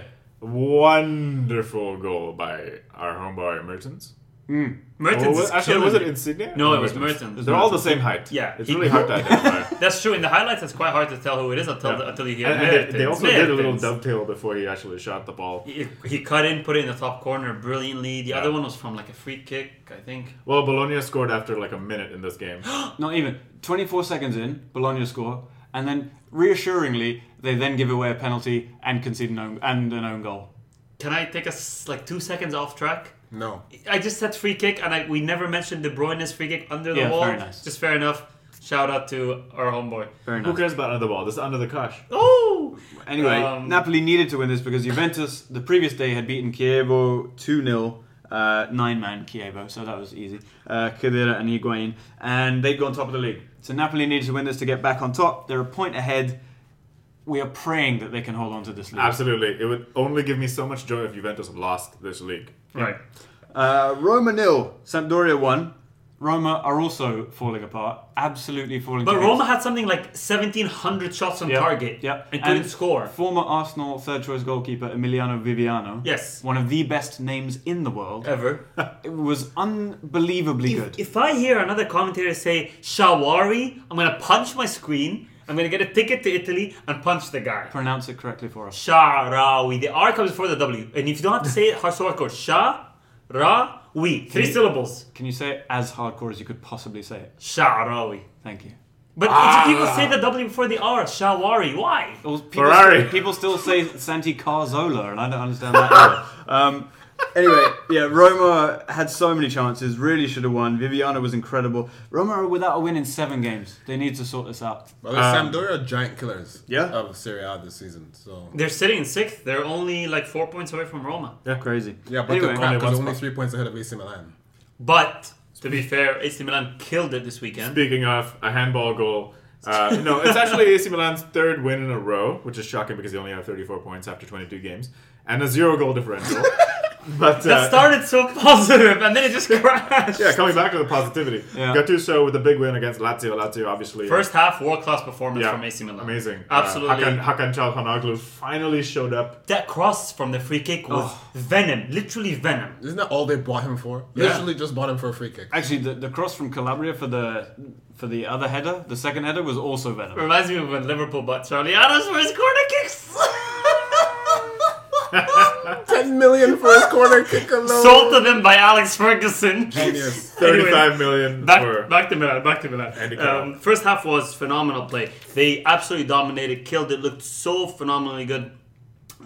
Speaker 2: Wonderful goal by our homeboy Mertens.
Speaker 3: Mertens
Speaker 2: Or was-
Speaker 3: is
Speaker 2: Oh, actually,
Speaker 3: killing
Speaker 2: was it
Speaker 3: it.
Speaker 2: Insignia?
Speaker 3: No, it was Mertens.
Speaker 2: They're all the same height.
Speaker 3: Yeah.
Speaker 2: It's really
Speaker 3: <laughs>
Speaker 2: hard to identify.
Speaker 3: That's true. In the highlights, it's quite hard to tell who it is until
Speaker 2: Yeah.
Speaker 3: until you hear
Speaker 2: And, and they, they
Speaker 3: Mertens,
Speaker 2: also did a little
Speaker 3: Mertens.
Speaker 2: dovetail before he actually shot the ball.
Speaker 3: He, he cut in, put it in the top corner brilliantly. The other one was from like a free kick, I think.
Speaker 2: Well, Bologna scored after like a minute in this
Speaker 3: <gasps>
Speaker 2: game.
Speaker 1: Not even. 24 seconds in, Bologna score, and then reassuringly, they then give away a penalty and concede an own, and an own goal.
Speaker 3: Can I take us like two seconds off track?
Speaker 4: No.
Speaker 3: I just said free kick, and I, we never mentioned De Bruyne's free kick under the
Speaker 1: Yeah,
Speaker 3: wall.
Speaker 1: very nice.
Speaker 3: Just fair enough. Shout out to our homeboy.
Speaker 1: Very
Speaker 2: Who
Speaker 1: nice.
Speaker 2: cares about under the ball? This is under the cosh.
Speaker 3: Oh,
Speaker 1: Anyway,
Speaker 3: Um,
Speaker 1: Napoli needed to win this because Juventus the previous day had beaten Chievo 2 0. Uh, nine man Chievo, so that was easy. Uh, Cadera and Higuain, and they'd gone top of the league. So Napoli needed to win this to get back on top. They're a point ahead. We are praying that they can hold on to this league.
Speaker 2: Absolutely. It would only give me so much joy if Juventus lost this league.
Speaker 3: right.
Speaker 1: Uh, Roma nil, Sampdoria one. Roma are also falling apart, absolutely falling.
Speaker 3: But
Speaker 1: to
Speaker 3: Roma
Speaker 1: bits.
Speaker 3: had something like seventeen hundred shots on
Speaker 1: Yep,
Speaker 3: target,
Speaker 1: yep.
Speaker 3: and couldn't score.
Speaker 1: Former Arsenal third choice goalkeeper Emiliano Viviano.
Speaker 3: Yes.
Speaker 1: One of the best names in the world.
Speaker 3: Ever.
Speaker 1: It was unbelievably good.
Speaker 3: If I hear another commentator say Shawari, I'm gonna punch my screen. I'm gonna get a ticket to Italy and punch the guy.
Speaker 1: Pronounce it correctly for us.
Speaker 3: Sharawi. The R comes before the W, and if you don't have to say it hard so hardcore, Sha Ra We. Three syllables.
Speaker 1: Can you say it as hardcore as you could possibly say it?
Speaker 3: Sha'rawi.
Speaker 1: Thank you.
Speaker 3: But
Speaker 2: Ah.
Speaker 3: people say the W before the R. Shawari. Why?
Speaker 1: Well, people
Speaker 2: Ferrari.
Speaker 1: Still, people still say Santi Carzola, and I don't understand that
Speaker 3: <laughs>
Speaker 1: either. Um, anyway, yeah, Roma had so many chances. Really should have won. Viviana was incredible. Roma are without a win in seven games. They need to sort this out.
Speaker 4: Well, Oh, Sampdoria are giant killers
Speaker 1: Um, yeah.
Speaker 4: of Serie A this season. So
Speaker 3: They're sitting in sixth. They're only like four points away from Roma.
Speaker 1: Crazy.
Speaker 4: yeah, but
Speaker 1: anyway,
Speaker 4: they're crap
Speaker 2: Only
Speaker 4: 'cause
Speaker 2: one
Speaker 4: they're only
Speaker 2: spot.
Speaker 4: three points ahead of AC Milan.
Speaker 3: But to be fair, AC Milan killed it this weekend.
Speaker 2: Speaking of a handball goal, uh, no, it's actually AC Milan's third win in a row, which is shocking because they only have 34 points after 22 games and a zero goal <laughs> differential. but
Speaker 3: That
Speaker 2: uh,
Speaker 3: started so <laughs> positive and then it just crashed.
Speaker 2: yeah, coming back to the positivity,
Speaker 1: Yeah.
Speaker 2: Gattuso with a big win against Lazio. Lazio obviously
Speaker 3: First half, world class performance
Speaker 2: yeah,
Speaker 3: from AC Milan.
Speaker 2: amazing.
Speaker 3: Absolutely.
Speaker 2: uh, Hakan, Hakan Çalhanoğlu finally showed up.
Speaker 3: that cross from the free kick was
Speaker 2: Oh.
Speaker 3: venom, literally venom.
Speaker 4: Isn't that all they bought him for? Literally just bought him for a free kick.
Speaker 1: Actually, the, the cross from Calabria for the for the other header, the second header, was also venom.
Speaker 3: Reminds me of when Liverpool bought Charlie Adams for his corner
Speaker 2: <laughs>
Speaker 3: kicks.
Speaker 4: Ten million for his
Speaker 1: <laughs>
Speaker 4: corner kick alone.
Speaker 3: Sold to them by Alex Ferguson.
Speaker 4: Genius.
Speaker 3: Anyways,
Speaker 2: Thirty-five million for
Speaker 3: Back, back to Milan, back to
Speaker 2: Andy
Speaker 3: Milan.
Speaker 2: Carroll.
Speaker 3: Um, first half was phenomenal play. They absolutely dominated, killed it, looked so phenomenally good.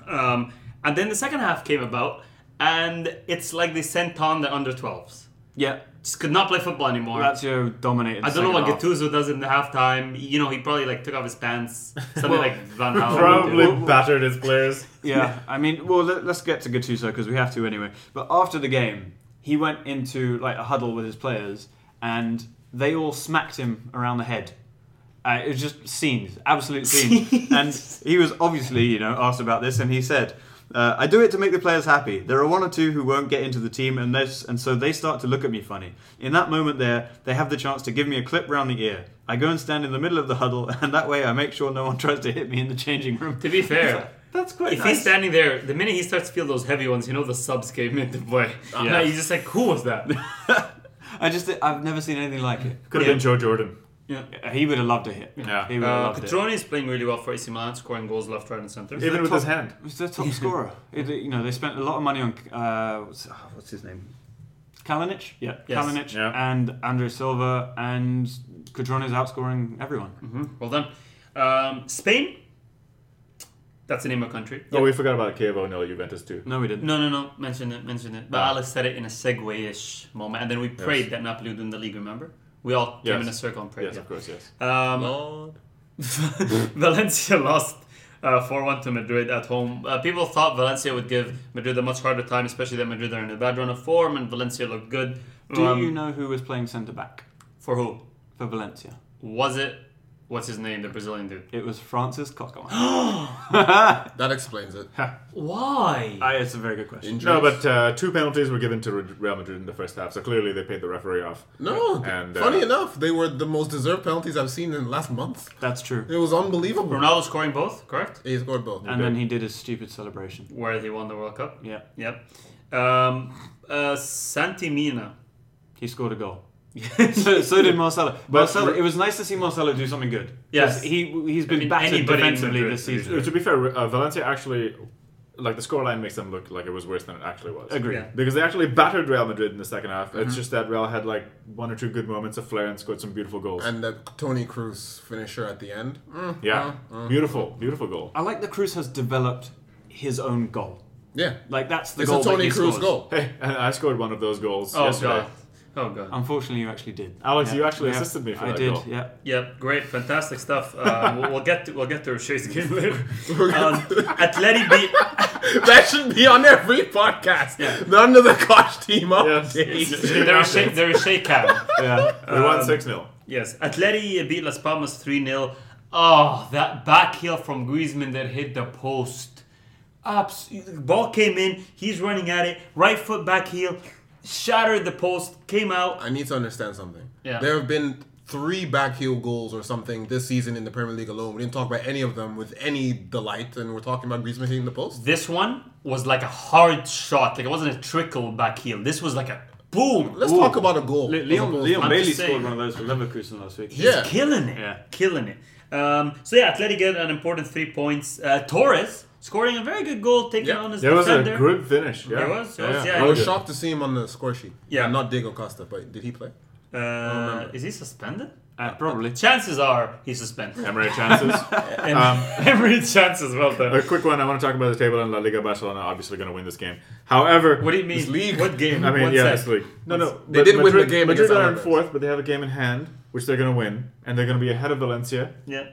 Speaker 3: Um, and then the second half came about, and it's like they sent on the under 12s.
Speaker 1: Yeah,
Speaker 3: Just could not play football anymore.
Speaker 1: Lazio dominated.
Speaker 3: I don't know what
Speaker 1: second half.
Speaker 2: oh.
Speaker 3: Gattuso does in the halftime. You know, he probably like took off his pants, something like
Speaker 2: <laughs>
Speaker 3: Van Gaal would
Speaker 2: probably
Speaker 3: do.
Speaker 2: battered his players.
Speaker 1: Yeah, I mean, well, let, us get to Gattuso because we have to anyway. But after the game, he went into like a huddle with his players, and they all smacked him around the head. Uh, it was just scenes,
Speaker 3: <laughs>
Speaker 1: absolute scenes. and he was obviously, you know, asked about this, and he said, uh, "I do it to make the players happy. There are one or two who won't get into the team, and this, and so they start to look at me funny. In that moment, there, they have the chance to give me a clip round the ear. I go and stand in the middle of the huddle, <laughs> and that way, I make sure no one tries to hit me in the changing room.
Speaker 3: To
Speaker 1: <laughs>
Speaker 3: be fair,
Speaker 1: That's quite.
Speaker 3: if
Speaker 1: nice.
Speaker 3: he's standing there, the minute he starts to feel those heavy ones, you know <laughs> the subs came into play. Yeah. He's just like, who
Speaker 2: <laughs>
Speaker 3: was that?
Speaker 1: <laughs> I just I've never seen anything like it.
Speaker 2: Could have been Joe Jordan.
Speaker 1: He would have loved a hit.
Speaker 2: Yeah.
Speaker 1: he would have
Speaker 3: Uh,
Speaker 1: loved
Speaker 3: Petroni is playing really well for AC Milan, scoring goals left, right, and center.
Speaker 2: Even with his hand.
Speaker 1: it. He was their top scorer. It- you know, they spent a lot of money on uh, what's, ah, what's his name, Kalinic. Yeah,
Speaker 3: Yes.
Speaker 1: Kalinic
Speaker 2: Yeah.
Speaker 1: and Andre Silva and Cadrone is outscoring everyone.
Speaker 3: well done. Um, Spain. That's the name of a country.
Speaker 2: Oh, we forgot about Kievo nil Juventus too.
Speaker 1: No, we didn't.
Speaker 3: No, no, no. Mention it. Mention it.
Speaker 2: Ah.
Speaker 3: But Alex said it in a segue-ish moment, and then we prayed that Napoli would win the league. Remember? We all came
Speaker 2: Yes.
Speaker 3: in a circle and prayed.
Speaker 2: Yes,
Speaker 3: yeah.
Speaker 2: of course, yes.
Speaker 3: Um,
Speaker 4: Oh,
Speaker 3: <laughs> Valencia lost uh, four one to Madrid at home. Uh, people thought Valencia would give Madrid a much harder time, especially that Madrid are in a bad run of form and Valencia looked good.
Speaker 1: Do
Speaker 3: Um,
Speaker 1: you know who was playing centre back
Speaker 3: for who?
Speaker 1: for Valencia?
Speaker 3: Was it? What's his name? The Brazilian dude.
Speaker 1: It was Francis Coquelin.
Speaker 4: That explains it.
Speaker 3: <gasps> Why?
Speaker 1: Uh, it's a very good question.
Speaker 2: No, but uh, two penalties were given to Real Madrid in the first half, so clearly they paid the referee off.
Speaker 4: No,
Speaker 2: And, uh,
Speaker 4: funny enough, they were the most deserved penalties I've seen in the last month.
Speaker 1: That's true.
Speaker 4: It was unbelievable.
Speaker 3: Ronaldo scoring both, correct?
Speaker 4: He scored both.
Speaker 1: And then he did his stupid celebration.
Speaker 3: Where he won the World Cup.
Speaker 1: Yeah,
Speaker 3: Yep. Um, uh, Santi Mina.
Speaker 1: he scored a goal. so, so did Marcelo. Marcelo,
Speaker 2: re-
Speaker 1: it was nice to see Marcelo do something good. 'Cause
Speaker 3: Yes.
Speaker 1: he he's been
Speaker 3: mean,
Speaker 1: battered
Speaker 3: anybody in
Speaker 1: defensively
Speaker 3: Madrid
Speaker 1: this
Speaker 3: is
Speaker 1: season.
Speaker 2: Uh, To be fair, uh, Valencia actually, like the scoreline makes them look like it was worse than it actually was.
Speaker 1: Agreed.
Speaker 3: Yeah.
Speaker 2: Because they actually battered Real Madrid in the second half.
Speaker 3: Mm-hmm.
Speaker 2: It's just that Real had like one or two good moments of flair and scored some beautiful goals.
Speaker 4: And the Tony Cruz finisher at the end. Mm,
Speaker 2: yeah,
Speaker 3: uh,
Speaker 2: beautiful, beautiful goal.
Speaker 1: I like that Cruz has developed his own goal.
Speaker 4: Yeah.
Speaker 1: Like that's the
Speaker 4: It's
Speaker 1: goal
Speaker 4: a
Speaker 1: that
Speaker 4: Tony
Speaker 1: he
Speaker 4: Cruz
Speaker 1: scores. <laughs>
Speaker 4: goal.
Speaker 2: Hey, and I scored one of those goals
Speaker 3: Oh
Speaker 2: yesterday.
Speaker 3: god. Oh god.
Speaker 4: Um.
Speaker 1: Unfortunately, you actually did.
Speaker 2: Alex, Oh, you actually assisted me for
Speaker 1: I
Speaker 2: that
Speaker 1: did.
Speaker 2: goal.
Speaker 1: Yeah.
Speaker 3: Yep, great, fantastic stuff. Uh,
Speaker 4: <laughs>
Speaker 3: we'll, we'll get to, we'll get to Rocher's game later. Um, Atleti beat
Speaker 4: <laughs> that should be on every podcast. None of the Kosh team
Speaker 3: <laughs>
Speaker 2: Yes.
Speaker 4: updates.
Speaker 3: the Rocher, the Rocher cam.
Speaker 1: Yeah.
Speaker 2: We
Speaker 3: Um,
Speaker 2: won 6 0.
Speaker 3: <laughs> Yes, Atleti beat Las Palmas three 0 Oh, that back heel from Griezmann that hit the post. Abs- ball came in. He's running at it. Right foot back heel, shattered the post. Came out.
Speaker 4: I need to understand something.
Speaker 3: Yeah.
Speaker 4: There have been three back heel goals or something this season in the Premier League alone. We didn't talk about any of them with any delight, and we're talking about Griezmann hitting the post.
Speaker 3: This one was like a hard shot. Like it wasn't a trickle back heel. This was like a boom.
Speaker 4: Let's talk about a goal. as
Speaker 1: Leon,
Speaker 4: opposed-
Speaker 1: Leon
Speaker 3: I'm
Speaker 1: Bailey
Speaker 3: just saying.
Speaker 1: scored one of those for Leverkusen last week.
Speaker 4: Yeah.
Speaker 3: He's killing it.
Speaker 1: Yeah.
Speaker 3: Killing it. Um, so yeah, Atleti get an important three points. Uh, Torres scoring a very good goal, taking
Speaker 4: Yeah.
Speaker 3: on his
Speaker 2: There was
Speaker 3: defender.
Speaker 2: a good finish. Yeah.
Speaker 3: There was, there was, yeah.
Speaker 4: I was
Speaker 2: Really good.
Speaker 4: shocked to see him on the score sheet.
Speaker 3: Yeah.
Speaker 4: not Diego Costa, but did he play?
Speaker 3: uh, is he suspended?
Speaker 1: Uh,
Speaker 2: <laughs>
Speaker 1: probably.
Speaker 3: Chances are he's suspended.
Speaker 2: Emery
Speaker 3: <laughs>
Speaker 2: Um, chances.
Speaker 3: And every chances, well done.
Speaker 2: a quick one. I want to talk about the table in La Liga. Barcelona obviously going to win this game. However,
Speaker 3: What do you mean?
Speaker 4: league.
Speaker 3: What game?
Speaker 2: I mean,
Speaker 3: What's
Speaker 2: yeah,
Speaker 3: that?
Speaker 2: this league. No, no,
Speaker 4: They
Speaker 2: but
Speaker 4: did win the
Speaker 2: Madrid-
Speaker 4: game
Speaker 2: Madrid
Speaker 4: against
Speaker 2: are in
Speaker 4: Alaves.
Speaker 2: fourth, but they have a game in hand, which they're going to win, and they're going to be ahead of Valencia,
Speaker 3: Yeah.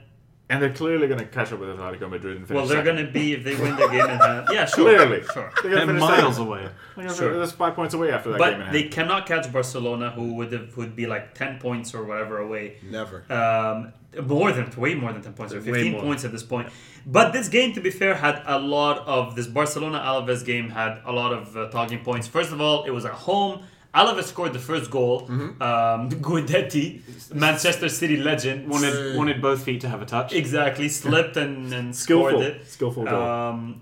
Speaker 2: and they're clearly going to catch up with Atletico Madrid and finish.
Speaker 3: Well, they're
Speaker 2: second.
Speaker 3: going to be if they win the game in hand. Yeah, sure.
Speaker 2: clearly.
Speaker 3: Sure.
Speaker 2: They're
Speaker 1: They're
Speaker 2: going to finish
Speaker 1: miles
Speaker 2: second.
Speaker 1: away.
Speaker 2: They're gonna finish- That's five points away after that game in
Speaker 3: But
Speaker 2: hand.
Speaker 3: they cannot catch Barcelona, who would have, would be like ten points or whatever away.
Speaker 2: Hmm.
Speaker 4: Never.
Speaker 3: Um, more than way more than ten points or fifteen
Speaker 2: more.
Speaker 3: points at this point. But this game, to be fair, had a lot of this Barcelona Alaves game had a lot of uh, talking points. First of all, it was at home. Alaves scored the first goal.
Speaker 2: Mm-hmm.
Speaker 3: Um, <laughs> Guidetti, Manchester City legend,
Speaker 1: Wanted, wanted both feet to have a touch.
Speaker 3: exactly slipped and,
Speaker 2: <laughs>
Speaker 3: and
Speaker 2: skillful,
Speaker 3: scored it.
Speaker 2: skillful goal.
Speaker 3: Um,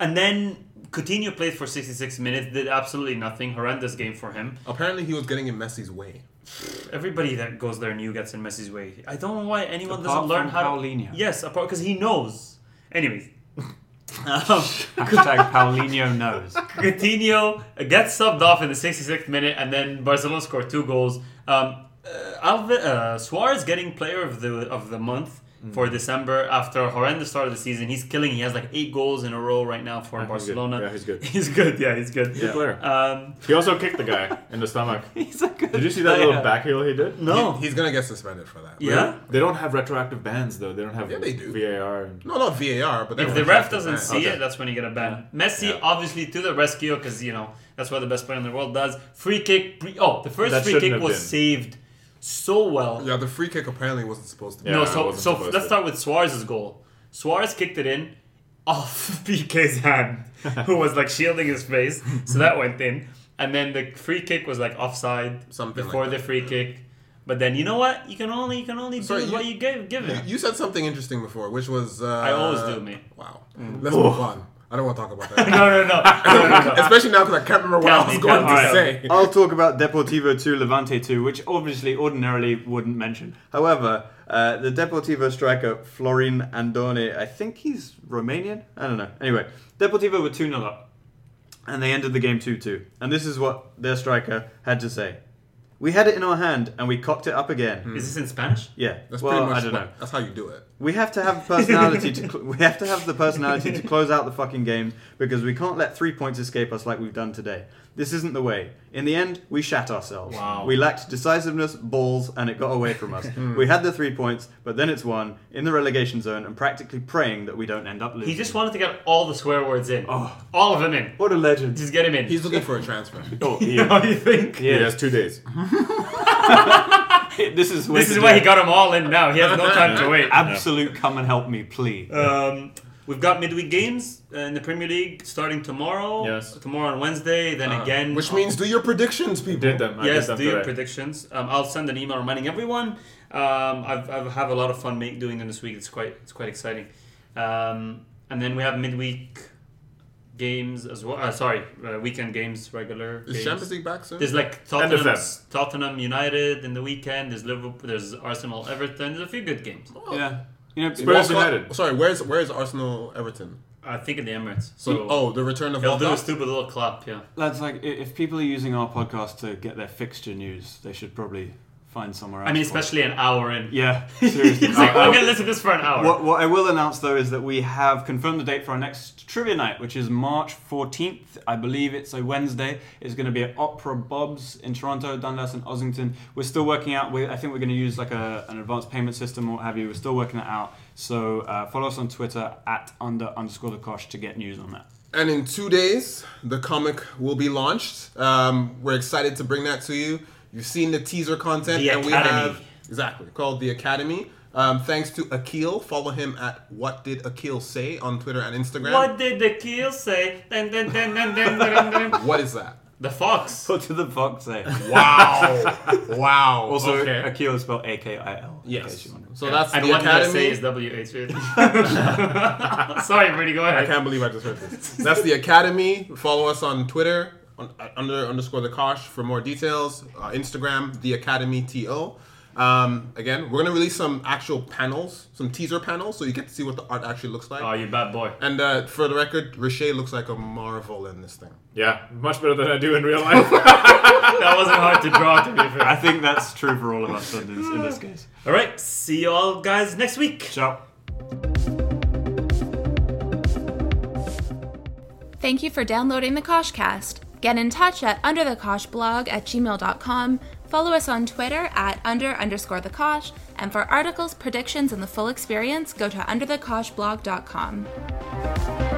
Speaker 3: and then Coutinho played for 66 minutes, did absolutely nothing. Horrendous game for him.
Speaker 4: Apparently, he was getting in Messi's way.
Speaker 3: Everybody that goes there new gets in Messi's way. I don't know why anyone
Speaker 1: Apart
Speaker 3: doesn't learn
Speaker 1: from
Speaker 3: how.
Speaker 1: Paulinho.
Speaker 3: Yes, apart because he knows. Anyways, um,
Speaker 1: Hashtag Paulinho knows.
Speaker 3: Coutinho gets subbed off in the 66th minute, and then Barcelona scored two goals. Um, uh, Alve- uh, Suarez getting player of the of the month
Speaker 2: Mm.
Speaker 3: for December after a horrendous start of the season. He's killing. He has like eight goals in a row right now for
Speaker 2: he's good.
Speaker 3: Barcelona.
Speaker 2: Yeah, he's good.
Speaker 3: <laughs> He's good. Yeah, he's good.
Speaker 2: Good player.
Speaker 3: Um,
Speaker 2: he also kicked the guy in the
Speaker 3: <laughs>
Speaker 2: stomach.
Speaker 1: He's a good
Speaker 2: Did you see that little
Speaker 1: player.
Speaker 2: back heel he did?
Speaker 3: no.
Speaker 4: He's gonna get suspended for that.
Speaker 3: Oh. yeah.
Speaker 2: They don't have retroactive bans though. They don't have
Speaker 4: Yeah, they do.
Speaker 2: VAR. And,
Speaker 4: No, not VAR, but
Speaker 3: If the ref doesn't see it, that's when you get a ban. Messi,
Speaker 4: Yeah.
Speaker 3: obviously, to the rescue because you know that's what the best player in the world does. Free kick. Pre- oh, the first
Speaker 2: That
Speaker 3: free
Speaker 2: shouldn't
Speaker 3: kick
Speaker 2: have
Speaker 3: was
Speaker 2: been.
Speaker 3: saved so well.
Speaker 4: Yeah, the free kick apparently wasn't supposed to. be.
Speaker 2: Yeah.
Speaker 3: no,
Speaker 2: it
Speaker 3: so
Speaker 2: wasn't
Speaker 3: so
Speaker 2: supposed
Speaker 3: let's
Speaker 2: to.
Speaker 3: start with Suarez's goal. Suarez kicked it in <laughs> off <laughs> PK's hand, who was like shielding his face, so that went in. And then the free kick was like offside
Speaker 4: Something like
Speaker 3: before
Speaker 4: that.
Speaker 3: the free kick. But then you know what? You can only you can only
Speaker 4: Sorry,
Speaker 3: do
Speaker 4: you-
Speaker 3: what you give give it.
Speaker 4: You said something interesting before, which was uh, I
Speaker 3: always do, mate.
Speaker 4: Wow. Let's move on. I don't want to talk about that, <laughs>
Speaker 3: no, no, no. no, no, no.
Speaker 4: especially now because I can't remember what
Speaker 3: Tell
Speaker 4: I was
Speaker 3: me,
Speaker 4: going
Speaker 3: tell me.
Speaker 4: to say.
Speaker 1: I'll talk about Deportivo 2 Levante 2, which obviously ordinarily wouldn't mention. However, uh, the Deportivo striker Florin Andone, I think he's Romanian? I don't know. Anyway, Deportivo were 2 0 up, and they ended the game 2 2. And this is what their striker had to say We had it in our hand, and we cocked it up again.
Speaker 3: Is this in Spanish?
Speaker 1: Yeah,
Speaker 4: That's
Speaker 1: well,
Speaker 4: pretty much
Speaker 1: I don't
Speaker 4: what-
Speaker 1: know.
Speaker 4: That's how you do it.
Speaker 1: We have to have personality to cl- we have to have the personality to close out the fucking game because we can't let three points escape us like we've done today. This isn't the way. In the end, we shat ourselves.
Speaker 3: Wow.
Speaker 1: We lacked decisiveness, balls, and it got away from <laughs> us. we had the three points, but then it's one in the relegation zone and practically praying that we don't end up losing.
Speaker 3: He just wanted to get all the swear words in. All of them in.
Speaker 1: what a legend!
Speaker 3: Just get him in. <laughs>
Speaker 4: He's looking for a <laughs> transfer.
Speaker 1: Oh,
Speaker 3: you
Speaker 1: yeah.
Speaker 3: know, you think?
Speaker 2: He has two days.
Speaker 1: <laughs>
Speaker 3: Uh-huh.
Speaker 1: this is
Speaker 3: This is why he got them all in now. He has no time to
Speaker 1: <laughs>
Speaker 3: wait.
Speaker 1: absolute come and help me, please.
Speaker 3: Um, we've got midweek games uh, in the Premier League starting tomorrow.
Speaker 2: Yes.
Speaker 3: Tomorrow on Wednesday, then again.
Speaker 4: Which means do your predictions, people.
Speaker 2: Did them? I did
Speaker 3: yes,
Speaker 2: them
Speaker 3: do your
Speaker 2: today.
Speaker 3: predictions. Um, I'll send an email reminding everyone. Um, I've, I've have a lot of fun make, doing them this week. It's quite it's quite exciting. Um, and then we have midweek games as well. Uh, sorry, uh, weekend games, regular.
Speaker 4: Is
Speaker 3: games.
Speaker 4: Champions League back soon?
Speaker 3: There's like
Speaker 2: End of
Speaker 3: Tottenham, Tottenham United in the weekend. There's Liverpool. There's Arsenal, Everton. There's a few good games.
Speaker 1: yeah, you know,
Speaker 2: Spurs
Speaker 4: Walcott-
Speaker 2: United.
Speaker 4: Sorry, where's where's Arsenal Everton?
Speaker 3: I think in the Emirates. So
Speaker 4: Oh, the return of
Speaker 3: they'll do a
Speaker 4: Walcott.
Speaker 3: stupid little clap. Yeah.
Speaker 1: That's like i- if people are using our podcast to get their fixture news, they should probably find somewhere else.
Speaker 3: I mean,
Speaker 1: for it.
Speaker 3: especially an hour in. <laughs>
Speaker 1: Yeah, seriously.
Speaker 3: It's like
Speaker 4: Oh,
Speaker 1: Uh,
Speaker 3: I'm gonna listen to this for an hour.
Speaker 1: what, what I will announce though is that we have confirmed the date for our next trivia night, which is March 14th. I believe it's a Wednesday. It's going to be at Opera Bob's in Toronto, Dundas, and Ossington. We're still working out. We, I think we're going to use like a, an advanced payment system or what have you. We're still working that out. So uh, follow us on Twitter at under underscore the kosh to get news on that. <laughs>
Speaker 4: And in two days, the comic will be launched. Um, we're excited to bring that to you. You've seen the teaser content,
Speaker 3: The
Speaker 4: and we
Speaker 3: Academy.
Speaker 4: have exactly called the Academy. Um, thanks to Akil, follow him at What Did Akil Say on Twitter and Instagram.
Speaker 3: What did the kill say? Dun, dun, dun, dun, dun, dun, dun, dun.
Speaker 4: What is that?
Speaker 3: the fox.
Speaker 1: What did the fuck
Speaker 4: <laughs>
Speaker 1: say?
Speaker 4: Wow! wow!
Speaker 1: Also,
Speaker 4: Okay.
Speaker 1: Akil is spelled A K I L. in case
Speaker 4: yes.
Speaker 1: you wondered.
Speaker 4: So that's
Speaker 3: And
Speaker 4: the
Speaker 3: what did I
Speaker 4: Academy.
Speaker 3: say is W H. <laughs> Sorry, Brady. Go
Speaker 4: I
Speaker 3: ahead.
Speaker 4: can't believe I just heard this. That's the Academy. Follow us on Twitter on, uh, under underscore the Kosh for more details. Uh, Instagram the Academy to. Um, again, we're gonna release some actual panels, some teaser panels, so you get to see what the art actually looks like.
Speaker 3: Oh, you bad boy.
Speaker 4: and uh, for the record, Richet looks like a marvel in this thing.
Speaker 2: Yeah, much better than I do in real life.
Speaker 3: <laughs> That wasn't hard to draw, to be fair.
Speaker 1: I think that's true for all of us in this, in this
Speaker 4: <laughs>
Speaker 1: case.
Speaker 3: All right, see you all guys next week.
Speaker 1: Ciao.
Speaker 7: Thank you for downloading the Koshcast. Get in touch at underthekoshblog at gmail.com. Follow us on Twitter at under underscore the Kosh. And for articles, predictions, and the full experience, go to underthekoshblog.com.